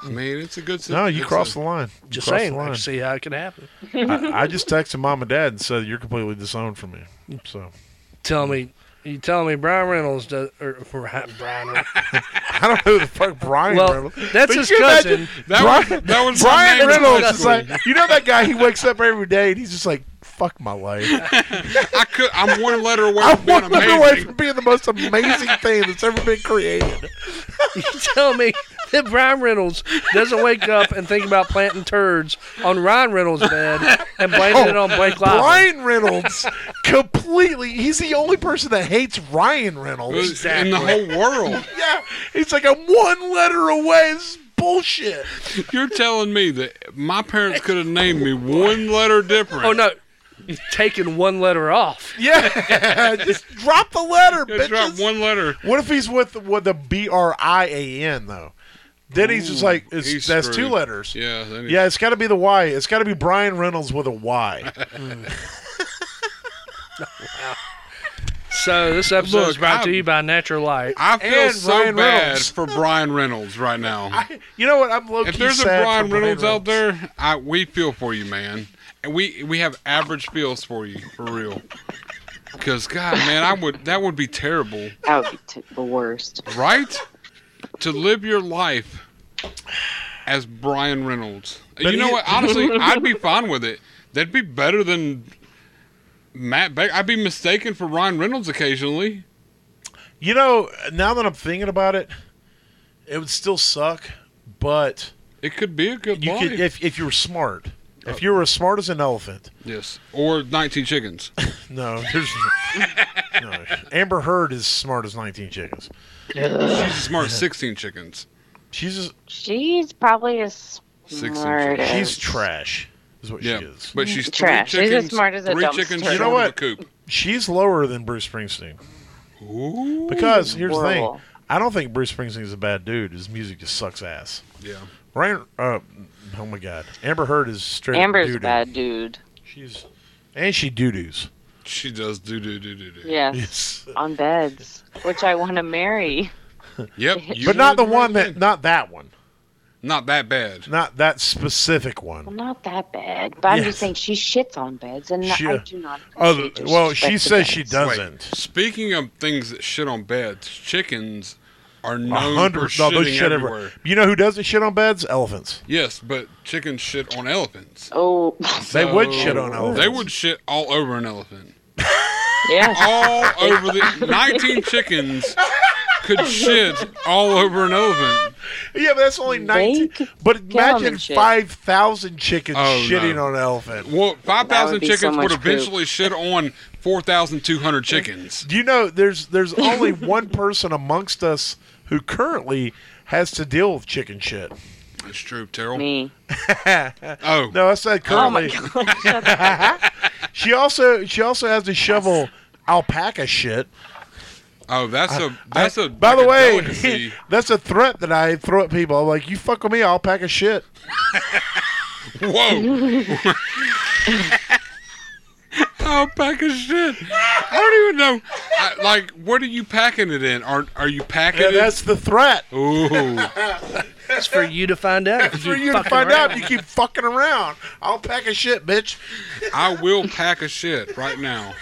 [SPEAKER 3] I mean, it's a good.
[SPEAKER 2] no, you
[SPEAKER 3] it's
[SPEAKER 2] crossed
[SPEAKER 3] a-
[SPEAKER 2] the line. You
[SPEAKER 5] Just
[SPEAKER 2] crossed
[SPEAKER 5] saying,
[SPEAKER 2] the
[SPEAKER 5] I
[SPEAKER 2] line.
[SPEAKER 5] can see how it can happen.
[SPEAKER 2] I, I just texted mom and dad and said you're completely disowned from me. So
[SPEAKER 5] Tell me, you tell me, Brian Reynolds does, or Brian, Brian Reynolds.
[SPEAKER 2] I don't know who the fuck Brian
[SPEAKER 5] well,
[SPEAKER 2] Reynolds.
[SPEAKER 5] that's
[SPEAKER 2] But
[SPEAKER 5] his
[SPEAKER 2] you imagine-
[SPEAKER 5] cousin.
[SPEAKER 3] That
[SPEAKER 2] Brian-
[SPEAKER 3] one, that one's
[SPEAKER 2] Brian
[SPEAKER 3] named
[SPEAKER 2] Reynolds
[SPEAKER 3] Michael.
[SPEAKER 2] is like you know that guy. He wakes up every day and he's just like, "Fuck my life."
[SPEAKER 3] I could. I'm one letter away
[SPEAKER 2] I
[SPEAKER 3] from being
[SPEAKER 2] walked away
[SPEAKER 3] amazing.
[SPEAKER 2] from being the most amazing thing that's ever been created.
[SPEAKER 5] You tell me that Brian Reynolds doesn't wake up and think about planting turds on Ryan Reynolds' bed and blaming
[SPEAKER 2] Oh,
[SPEAKER 5] it on Blake Lively.
[SPEAKER 2] Ryan Reynolds completely. He's the only person that hates Ryan Reynolds.
[SPEAKER 3] In the whole world,
[SPEAKER 2] Yeah, he's like I'm one letter away. This is bullshit.
[SPEAKER 3] you're telling me that my parents could have named me one letter different.
[SPEAKER 5] Oh no, taking one letter off.
[SPEAKER 2] Yeah, just drop the letter,
[SPEAKER 3] You
[SPEAKER 2] bitches.
[SPEAKER 3] dropped one letter.
[SPEAKER 2] What if he's with with the B R I A N though? Then he's just like it's,
[SPEAKER 3] He's
[SPEAKER 2] that's
[SPEAKER 3] screwed.
[SPEAKER 2] two letters. Yeah,
[SPEAKER 3] Yeah. Then
[SPEAKER 2] it's got to be the Y. It's got to be Brian Reynolds with a Y.
[SPEAKER 5] So this episode is
[SPEAKER 3] Look,
[SPEAKER 5] brought to
[SPEAKER 3] I'm-
[SPEAKER 5] you by Natural Light.
[SPEAKER 3] I feel
[SPEAKER 2] And
[SPEAKER 3] so
[SPEAKER 2] Ryan
[SPEAKER 3] bad
[SPEAKER 2] Reynolds.
[SPEAKER 3] for Brian Reynolds right now.
[SPEAKER 2] you know what? I'm low
[SPEAKER 3] if
[SPEAKER 2] key
[SPEAKER 3] there's a
[SPEAKER 2] sad
[SPEAKER 3] Brian
[SPEAKER 2] for
[SPEAKER 3] Reynolds, out there, I, we feel for you, man. And we we have average feels for you, for real. Because God, man, I would that would be terrible,
[SPEAKER 4] That would be t- the worst.
[SPEAKER 3] right? To live your life as Brian Reynolds.
[SPEAKER 2] But
[SPEAKER 3] you know
[SPEAKER 2] he-
[SPEAKER 3] what? Honestly, I'd be fine with it. That'd be better than Matt Beck. I'd be mistaken for Ryan Reynolds occasionally.
[SPEAKER 2] You know, now that I'm thinking about it, it would still suck, but
[SPEAKER 3] It could be a good
[SPEAKER 2] you
[SPEAKER 3] life.
[SPEAKER 2] could if if you were smart.
[SPEAKER 3] Oh.
[SPEAKER 2] If you were as smart as an elephant,
[SPEAKER 3] yes, or 19 chickens.
[SPEAKER 2] no, there's no. Amber Heard is smart as 19 chickens.
[SPEAKER 3] She's as smart as 16 chickens.
[SPEAKER 2] She's just,
[SPEAKER 4] She's probably as
[SPEAKER 3] Six
[SPEAKER 4] smart
[SPEAKER 3] inches.
[SPEAKER 4] as
[SPEAKER 2] she's trash, is what
[SPEAKER 3] Yeah,
[SPEAKER 2] she is.
[SPEAKER 3] but she's
[SPEAKER 4] Trash.
[SPEAKER 3] Three
[SPEAKER 4] She's as
[SPEAKER 3] chickens,
[SPEAKER 4] smart as a
[SPEAKER 3] three
[SPEAKER 4] dumpster.
[SPEAKER 3] chickens
[SPEAKER 4] You know
[SPEAKER 3] short of
[SPEAKER 2] what?
[SPEAKER 3] a coop.
[SPEAKER 2] She's lower than Bruce Springsteen.
[SPEAKER 3] Ooh.
[SPEAKER 2] Because here's the
[SPEAKER 4] horrible.
[SPEAKER 2] thing, I don't think Bruce Springsteen's a bad dude. His music just sucks ass.
[SPEAKER 3] Yeah.
[SPEAKER 2] Ryan, uh, oh my God, Amber Heard is straight. up
[SPEAKER 4] Amber's a
[SPEAKER 2] doo-doo.
[SPEAKER 4] bad dude.
[SPEAKER 2] She's and she doo doos.
[SPEAKER 3] She does do do do do do.
[SPEAKER 4] Yes.
[SPEAKER 2] Yes.
[SPEAKER 4] On beds, which I want to marry.
[SPEAKER 3] Yep. you
[SPEAKER 2] But not
[SPEAKER 3] wanted
[SPEAKER 2] the
[SPEAKER 3] to
[SPEAKER 2] one
[SPEAKER 3] bring it
[SPEAKER 2] that,
[SPEAKER 3] in.
[SPEAKER 2] not that one,
[SPEAKER 3] Not that bad.
[SPEAKER 2] not that specific
[SPEAKER 4] Well,
[SPEAKER 2] one.
[SPEAKER 4] not that bad, but I'm
[SPEAKER 2] Yes.
[SPEAKER 4] just saying she shits on beds, and
[SPEAKER 2] She-
[SPEAKER 4] I do not.
[SPEAKER 2] Oh,
[SPEAKER 4] appreciate
[SPEAKER 2] well, she
[SPEAKER 4] disrespect to
[SPEAKER 2] says she
[SPEAKER 4] beds.
[SPEAKER 3] Wait.
[SPEAKER 2] doesn't.
[SPEAKER 3] Speaking of things that shit on beds, chickens are
[SPEAKER 2] A
[SPEAKER 3] known
[SPEAKER 2] hundred.
[SPEAKER 3] for
[SPEAKER 2] No,
[SPEAKER 3] shitting
[SPEAKER 2] those shit
[SPEAKER 3] everywhere.
[SPEAKER 2] everywhere. You know who doesn't shit on beds? Elephants.
[SPEAKER 3] Yes, but chickens shit on elephants.
[SPEAKER 4] Oh,
[SPEAKER 2] They would
[SPEAKER 3] So,
[SPEAKER 2] shit on elephants.
[SPEAKER 3] They would shit all over an elephant.
[SPEAKER 4] yeah.
[SPEAKER 3] All over the 19 chickens could shit all over an elephant.
[SPEAKER 2] Yeah, but that's only nineteen.
[SPEAKER 4] could
[SPEAKER 2] But
[SPEAKER 4] kill 'em
[SPEAKER 2] imagine
[SPEAKER 4] and shit.
[SPEAKER 2] five thousand chickens
[SPEAKER 3] Oh,
[SPEAKER 2] shitting
[SPEAKER 3] no.
[SPEAKER 2] on an elephant.
[SPEAKER 3] Well,
[SPEAKER 4] That
[SPEAKER 3] 5,000
[SPEAKER 4] would be
[SPEAKER 3] chickens
[SPEAKER 4] so much
[SPEAKER 3] would
[SPEAKER 4] poop.
[SPEAKER 3] eventually shit on 4,200 chickens.
[SPEAKER 2] Do you know there's there's only one person amongst us who currently has to deal with chicken shit.
[SPEAKER 3] That's true, Terrell.
[SPEAKER 4] Me.
[SPEAKER 3] Oh,
[SPEAKER 2] No, I said currently. she also she also has to shovel alpaca shit.
[SPEAKER 3] oh, that's a that's a.
[SPEAKER 2] By
[SPEAKER 3] like
[SPEAKER 2] the
[SPEAKER 3] a
[SPEAKER 2] way,
[SPEAKER 3] delicacy.
[SPEAKER 2] that's a threat that I throw at people. I'm like, you fuck with me, I'll pack a shit.
[SPEAKER 3] whoa. Oh, pack of shit! I don't even know. I, like, what are you packing it in? Are are you packing
[SPEAKER 2] Yeah,
[SPEAKER 3] it?
[SPEAKER 2] that's the threat.
[SPEAKER 3] Ooh,
[SPEAKER 5] That's for you to find out.
[SPEAKER 2] For you to find out, you keep fucking around. I'll pack a shit, bitch.
[SPEAKER 3] I will pack a shit right now.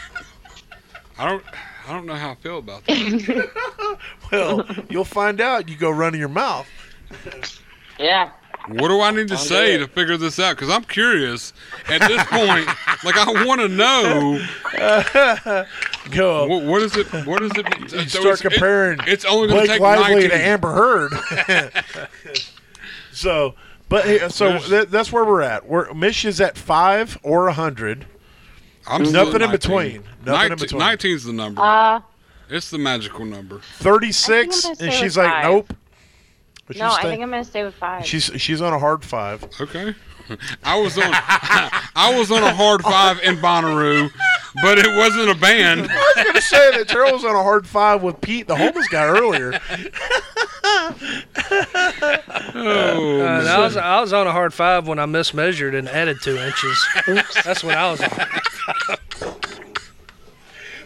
[SPEAKER 3] I don't. I don't know how I feel about that.
[SPEAKER 2] Well, you'll find out. You go run in your mouth.
[SPEAKER 4] Yeah.
[SPEAKER 3] What do I need to say to figure this out? Because I'm curious at this point. like I want to know
[SPEAKER 2] Go up.
[SPEAKER 3] what, what is it. What is it? so
[SPEAKER 2] You start
[SPEAKER 3] it's- it-
[SPEAKER 2] comparing
[SPEAKER 3] it's only going to
[SPEAKER 2] Blake
[SPEAKER 3] take
[SPEAKER 2] Lively
[SPEAKER 3] 19.
[SPEAKER 2] to Amber Heard. so, but eh, so that, that's where we're at. We're Mish is at five or a hundred.
[SPEAKER 3] I'm
[SPEAKER 2] Nothing
[SPEAKER 3] still
[SPEAKER 2] in between. Nothing in
[SPEAKER 3] 19
[SPEAKER 2] between.
[SPEAKER 3] 19's the number.
[SPEAKER 4] Uh,
[SPEAKER 3] it's the magical number.
[SPEAKER 2] Thirty
[SPEAKER 4] I think
[SPEAKER 2] six,
[SPEAKER 4] I'm gonna
[SPEAKER 2] and
[SPEAKER 4] say
[SPEAKER 2] she's
[SPEAKER 4] with
[SPEAKER 2] like,
[SPEAKER 4] five.
[SPEAKER 2] nope. But
[SPEAKER 4] no,
[SPEAKER 2] she's
[SPEAKER 4] I
[SPEAKER 2] staying-
[SPEAKER 4] think I'm gonna stay with five.
[SPEAKER 2] she's she's on a hard five.
[SPEAKER 3] Okay. I was on I was on a hard five in Bonnaroo, but it wasn't a band.
[SPEAKER 2] I was gonna say that Terrell was on a hard five with Pete, the homeless guy earlier.
[SPEAKER 3] Oh,
[SPEAKER 5] Uh, and I, was, I was on a hard five when I mismeasured and added two inches. That's what I was on.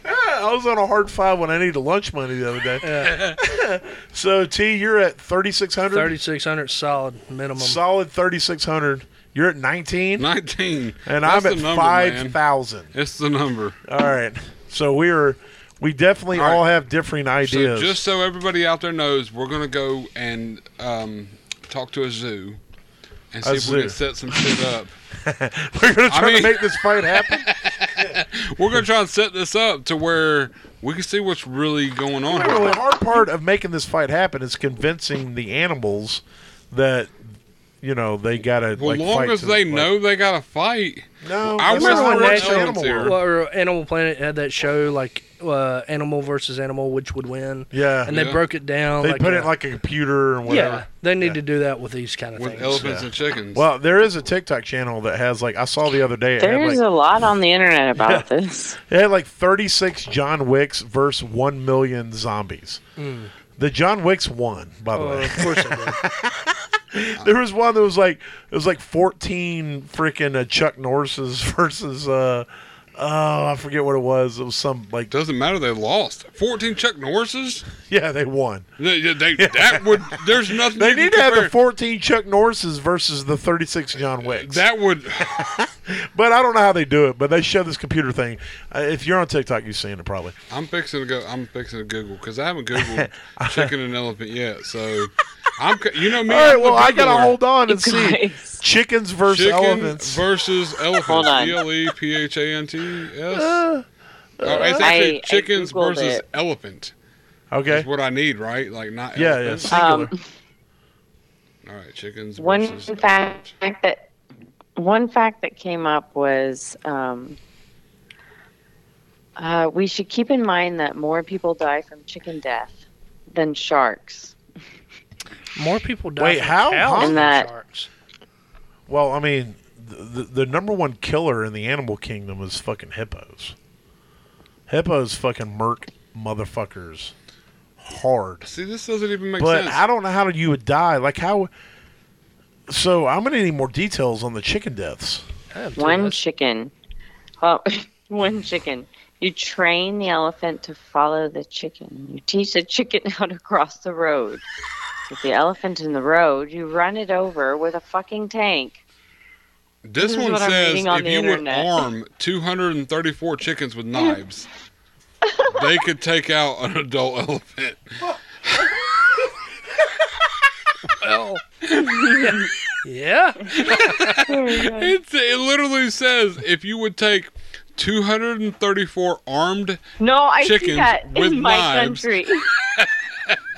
[SPEAKER 2] I was on a hard five when I needed lunch money the other day. so T, you're at thirty six hundred.
[SPEAKER 5] 3,600 solid minimum.
[SPEAKER 2] Solid thirty six hundred. You're at nineteen,
[SPEAKER 3] 19.
[SPEAKER 2] and
[SPEAKER 3] That's
[SPEAKER 2] I'm
[SPEAKER 3] the
[SPEAKER 2] at
[SPEAKER 3] number,
[SPEAKER 2] five
[SPEAKER 3] man.
[SPEAKER 2] thousand.
[SPEAKER 3] It's the number.
[SPEAKER 2] All right. So we are we definitely
[SPEAKER 3] All right.
[SPEAKER 2] all have differing
[SPEAKER 3] So
[SPEAKER 2] ideas.
[SPEAKER 3] just so everybody out there knows, we're gonna go and um, talk to a zoo and see
[SPEAKER 2] A
[SPEAKER 3] if we
[SPEAKER 2] zoo.
[SPEAKER 3] can set some shit up.
[SPEAKER 2] We're gonna try
[SPEAKER 3] mean-
[SPEAKER 2] to make this fight happen.
[SPEAKER 3] We're gonna try and set this up to where we can see what's really going on.
[SPEAKER 2] Well,
[SPEAKER 3] here.
[SPEAKER 2] the hard part of making this fight happen is convincing the animals that you know they gotta
[SPEAKER 3] Well,
[SPEAKER 2] like
[SPEAKER 3] long
[SPEAKER 2] fight
[SPEAKER 3] as
[SPEAKER 2] to
[SPEAKER 3] they
[SPEAKER 2] the-
[SPEAKER 3] know they got to fight.
[SPEAKER 2] No,
[SPEAKER 3] I
[SPEAKER 2] that's
[SPEAKER 3] was
[SPEAKER 2] not
[SPEAKER 3] the
[SPEAKER 2] what
[SPEAKER 3] National
[SPEAKER 2] animal
[SPEAKER 3] Zoo.
[SPEAKER 2] were.
[SPEAKER 5] Well, or Animal Planet had that show like uh, Animal versus Animal, which would win.
[SPEAKER 2] Yeah.
[SPEAKER 5] And they
[SPEAKER 3] Yeah.
[SPEAKER 5] broke it down.
[SPEAKER 2] They
[SPEAKER 5] like
[SPEAKER 2] put it
[SPEAKER 5] a-
[SPEAKER 2] in like a computer and whatever.
[SPEAKER 5] yeah. They need to do that with these kind of
[SPEAKER 3] With
[SPEAKER 5] things.
[SPEAKER 3] elephants
[SPEAKER 2] yeah.
[SPEAKER 3] and chickens.
[SPEAKER 2] Well, there is a TikTok channel that has like I saw the other day. It had
[SPEAKER 4] There's
[SPEAKER 2] like,
[SPEAKER 4] a lot on the internet about this.
[SPEAKER 2] it had like 36 John Wicks versus 1 million zombies. The John Wicks won, by the
[SPEAKER 5] Uh,
[SPEAKER 2] way.
[SPEAKER 5] of course they do.
[SPEAKER 2] There was one that was like it was like 14 freaking uh, Chuck Norris's versus uh oh, I forget what it was. It was some like
[SPEAKER 3] doesn't matter. They lost. 14 Chuck Norrises.
[SPEAKER 2] yeah, they won.
[SPEAKER 3] They, they, that would. There's nothing.
[SPEAKER 2] They
[SPEAKER 3] you can
[SPEAKER 2] need to have the
[SPEAKER 3] compare.
[SPEAKER 2] 14 Chuck Norris's versus the 36 John Wicks.
[SPEAKER 3] That would.
[SPEAKER 2] but I don't know how they do it, but they show this computer thing. Uh, if you're on TikTok, you've seen it probably.
[SPEAKER 3] I'm fixing to go. I'm fixing to Google because I haven't googled chicken and elephant yet. So I'm. c- You know me.
[SPEAKER 2] All right,
[SPEAKER 3] I'm a
[SPEAKER 2] well, I got
[SPEAKER 3] Googler.
[SPEAKER 2] to hold on and see.
[SPEAKER 4] Guys,
[SPEAKER 2] Chickens versus
[SPEAKER 3] Chicken
[SPEAKER 2] elephants.
[SPEAKER 3] versus
[SPEAKER 4] Hold
[SPEAKER 3] elephants.
[SPEAKER 4] on.
[SPEAKER 3] E L E P H A N T E
[SPEAKER 2] Uh,
[SPEAKER 3] S. Oh, It's
[SPEAKER 4] I-
[SPEAKER 3] actually
[SPEAKER 4] I
[SPEAKER 3] chickens
[SPEAKER 4] Googled
[SPEAKER 3] versus
[SPEAKER 4] it.
[SPEAKER 3] elephant.
[SPEAKER 2] okay.
[SPEAKER 3] Is what I need, right? Like not.
[SPEAKER 2] Yeah, yeah,
[SPEAKER 3] elephants.
[SPEAKER 2] singular.
[SPEAKER 4] Um,
[SPEAKER 3] All right, chickens.
[SPEAKER 4] one
[SPEAKER 3] versus
[SPEAKER 4] fact that one fact that came up was um, uh, we should keep in mind that more people die from chicken death than sharks.
[SPEAKER 5] More people die.
[SPEAKER 2] Wait,
[SPEAKER 5] from
[SPEAKER 2] how?
[SPEAKER 5] cows
[SPEAKER 2] Huh?
[SPEAKER 5] than
[SPEAKER 4] That-
[SPEAKER 5] sharks.
[SPEAKER 2] well, I mean, the, the number one killer in the animal kingdom is fucking hippos. Hippos fucking murk motherfuckers hard.
[SPEAKER 3] See, this doesn't even make
[SPEAKER 2] But
[SPEAKER 3] sense.
[SPEAKER 2] I don't know how you would die. Like how? So I'm gonna need more details on the chicken deaths.
[SPEAKER 5] I have two
[SPEAKER 4] One
[SPEAKER 5] of those.
[SPEAKER 4] chicken. Well, one chicken. You train the elephant to follow the chicken. You teach the chicken how to cross the road. With the elephant in the road, you run it over with a fucking tank.
[SPEAKER 3] This,
[SPEAKER 4] This is
[SPEAKER 3] one
[SPEAKER 4] what I'm
[SPEAKER 3] says
[SPEAKER 4] reading on
[SPEAKER 3] if
[SPEAKER 4] the
[SPEAKER 3] you
[SPEAKER 4] internet.
[SPEAKER 3] would arm 234 chickens with knives, they could take out an adult elephant.
[SPEAKER 5] Well, yeah.
[SPEAKER 3] It's, it literally says if you would take 234 armed,
[SPEAKER 4] No, I see
[SPEAKER 3] Chickens
[SPEAKER 4] that
[SPEAKER 3] with
[SPEAKER 4] in my
[SPEAKER 3] knives.
[SPEAKER 4] country.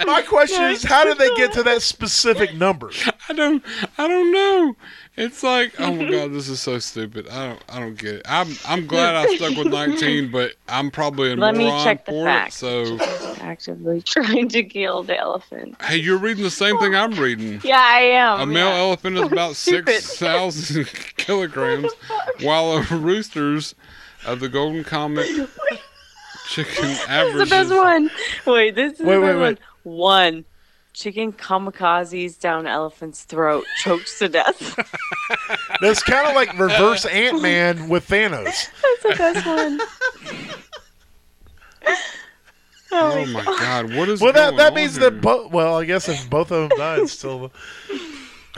[SPEAKER 2] My question is, how did they get to that specific number?
[SPEAKER 3] I don't, I don't know. It's like, oh my god, this is so stupid. I don't, I don't get it. I'm, I'm glad I stuck with 19, but I'm probably a
[SPEAKER 4] Let me
[SPEAKER 3] moron
[SPEAKER 4] check the
[SPEAKER 3] for
[SPEAKER 4] facts.
[SPEAKER 3] it. So,
[SPEAKER 4] Actively trying to kill the elephant.
[SPEAKER 3] hey, you're reading the same thing I'm reading.
[SPEAKER 4] Yeah, I am.
[SPEAKER 3] A male
[SPEAKER 4] Oh, yeah.
[SPEAKER 3] elephant is about
[SPEAKER 4] Stupid.
[SPEAKER 3] 6,000 kilograms, while a rooster's of the golden comet chicken
[SPEAKER 4] That's the
[SPEAKER 3] averages.
[SPEAKER 4] best one. Wait, this is
[SPEAKER 2] Wait,
[SPEAKER 4] the
[SPEAKER 2] wait, wait.
[SPEAKER 4] best one. One. Chicken kamikazes down elephant's throat, chokes to death.
[SPEAKER 2] That's kind of like reverse Ant Man with Thanos.
[SPEAKER 4] That's the best one.
[SPEAKER 3] Oh my god, what is
[SPEAKER 2] Well, that
[SPEAKER 3] going
[SPEAKER 2] that
[SPEAKER 3] on
[SPEAKER 2] means
[SPEAKER 3] here?
[SPEAKER 2] that both. Well, I guess if both of them died, it's still.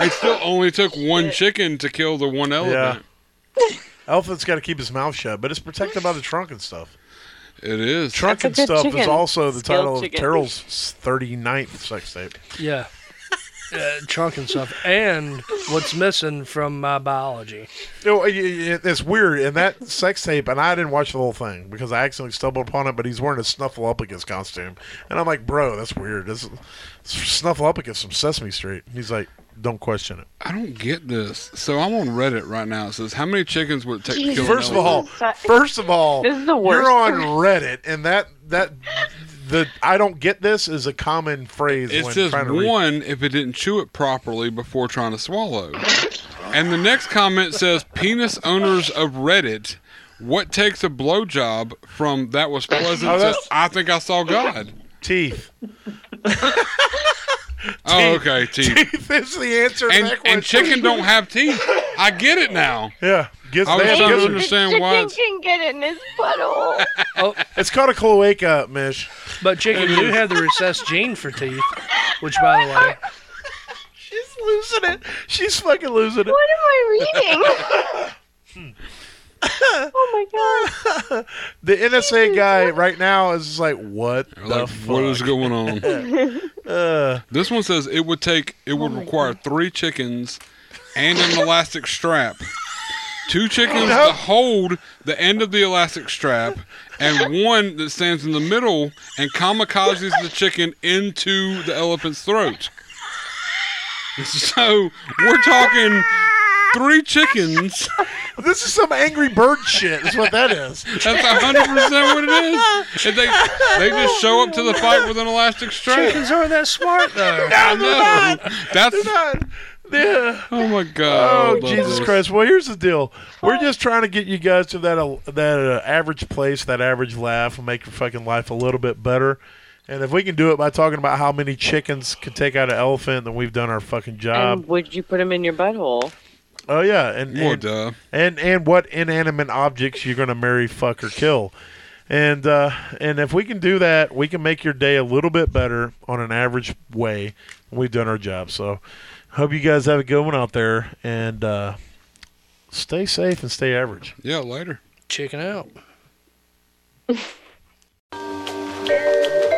[SPEAKER 3] it still only took one chicken to kill the one elephant.
[SPEAKER 2] Elephant's got to keep his mouth shut, but it's protected by the trunk and stuff.
[SPEAKER 3] It is.
[SPEAKER 2] Trunk
[SPEAKER 4] That's a
[SPEAKER 2] and
[SPEAKER 4] good
[SPEAKER 2] stuff is
[SPEAKER 4] chicken.
[SPEAKER 2] also the
[SPEAKER 4] Skilled
[SPEAKER 2] title
[SPEAKER 4] chicken.
[SPEAKER 2] of Terrell's 39th sex tape.
[SPEAKER 5] Yeah. uh, trunk and stuff, and what's missing from my biology.
[SPEAKER 2] You know, it- it- it's weird. And that sex tape, and I didn't watch the whole thing because I accidentally stumbled upon it. But he's wearing a Snuffleupagus costume, and I'm like, bro, that's weird. This is Snuffleupagus from Sesame Street. He's like, don't question it.
[SPEAKER 3] I don't get this. So I'm on Reddit right now. It says, How many chickens would it take to
[SPEAKER 4] Jesus.
[SPEAKER 3] kill
[SPEAKER 2] First of
[SPEAKER 3] an
[SPEAKER 2] all, first of all,
[SPEAKER 4] This is the worst.
[SPEAKER 2] You're on Reddit, and that that the I don't get this is a common phrase.
[SPEAKER 3] It
[SPEAKER 2] when
[SPEAKER 3] says
[SPEAKER 2] trying to read-
[SPEAKER 3] one if it didn't chew it properly before trying to swallow. and the next comment says, penis owners of Reddit, what takes a blowjob from that was pleasant
[SPEAKER 2] Oh,
[SPEAKER 3] to
[SPEAKER 2] that's-
[SPEAKER 3] I think I saw God?
[SPEAKER 2] teeth.
[SPEAKER 3] Oh, okay, teeth.
[SPEAKER 2] teeth is the answer. to
[SPEAKER 3] And,
[SPEAKER 2] that
[SPEAKER 3] and
[SPEAKER 2] question.
[SPEAKER 3] chicken don't have teeth. I get it now.
[SPEAKER 2] Yeah, gets,
[SPEAKER 3] I
[SPEAKER 2] they have
[SPEAKER 3] was trying to
[SPEAKER 2] gizzards.
[SPEAKER 3] understand
[SPEAKER 4] the
[SPEAKER 3] why
[SPEAKER 4] chicken
[SPEAKER 3] it's-
[SPEAKER 4] can get in his puddle.
[SPEAKER 5] Oh,
[SPEAKER 2] It's called a cloaca, Mish.
[SPEAKER 5] but chicken do have the recessed gene for teeth, which, by the way,
[SPEAKER 2] She's losing it. She's fucking losing it.
[SPEAKER 4] what am I reading? oh my god!
[SPEAKER 2] The NSA guy right now is just like, what the
[SPEAKER 3] Like,
[SPEAKER 2] fuck?
[SPEAKER 3] what is going on? Uh, this one says it would take it would require three chickens and an elastic strap. Two chickens
[SPEAKER 2] No.
[SPEAKER 3] to hold the end of the elastic strap, and one that stands in the middle and kamikazes the chicken into the elephant's throat. So we're talking three chickens.
[SPEAKER 2] This is some angry bird shit. That's what that is.
[SPEAKER 3] That's hundred percent what it is. And they they just show up to the fight with an elastic strap.
[SPEAKER 5] chickens aren't that smart though.
[SPEAKER 3] I know. That's
[SPEAKER 2] Yeah.
[SPEAKER 3] oh my god. I
[SPEAKER 2] Oh
[SPEAKER 3] love
[SPEAKER 2] Jesus
[SPEAKER 3] this.
[SPEAKER 2] Christ! Well, here's the deal. We're just trying to get you guys to that uh, that uh, average place, that average laugh, and make your fucking life a little bit better. And if we can do it by talking about how many chickens could take out an elephant, then we've done our fucking job.
[SPEAKER 4] and would you put him in your butthole?
[SPEAKER 2] oh yeah, and
[SPEAKER 3] Well,
[SPEAKER 2] and-
[SPEAKER 3] duh.
[SPEAKER 2] and and what inanimate objects you're going to marry, fuck, or kill. And uh, and if we can do that, we can make your day a little bit better on an average way. We've done our job. So hope you guys have a good one out there and uh, stay safe and stay average.
[SPEAKER 3] Yeah, later.
[SPEAKER 5] Chicken out.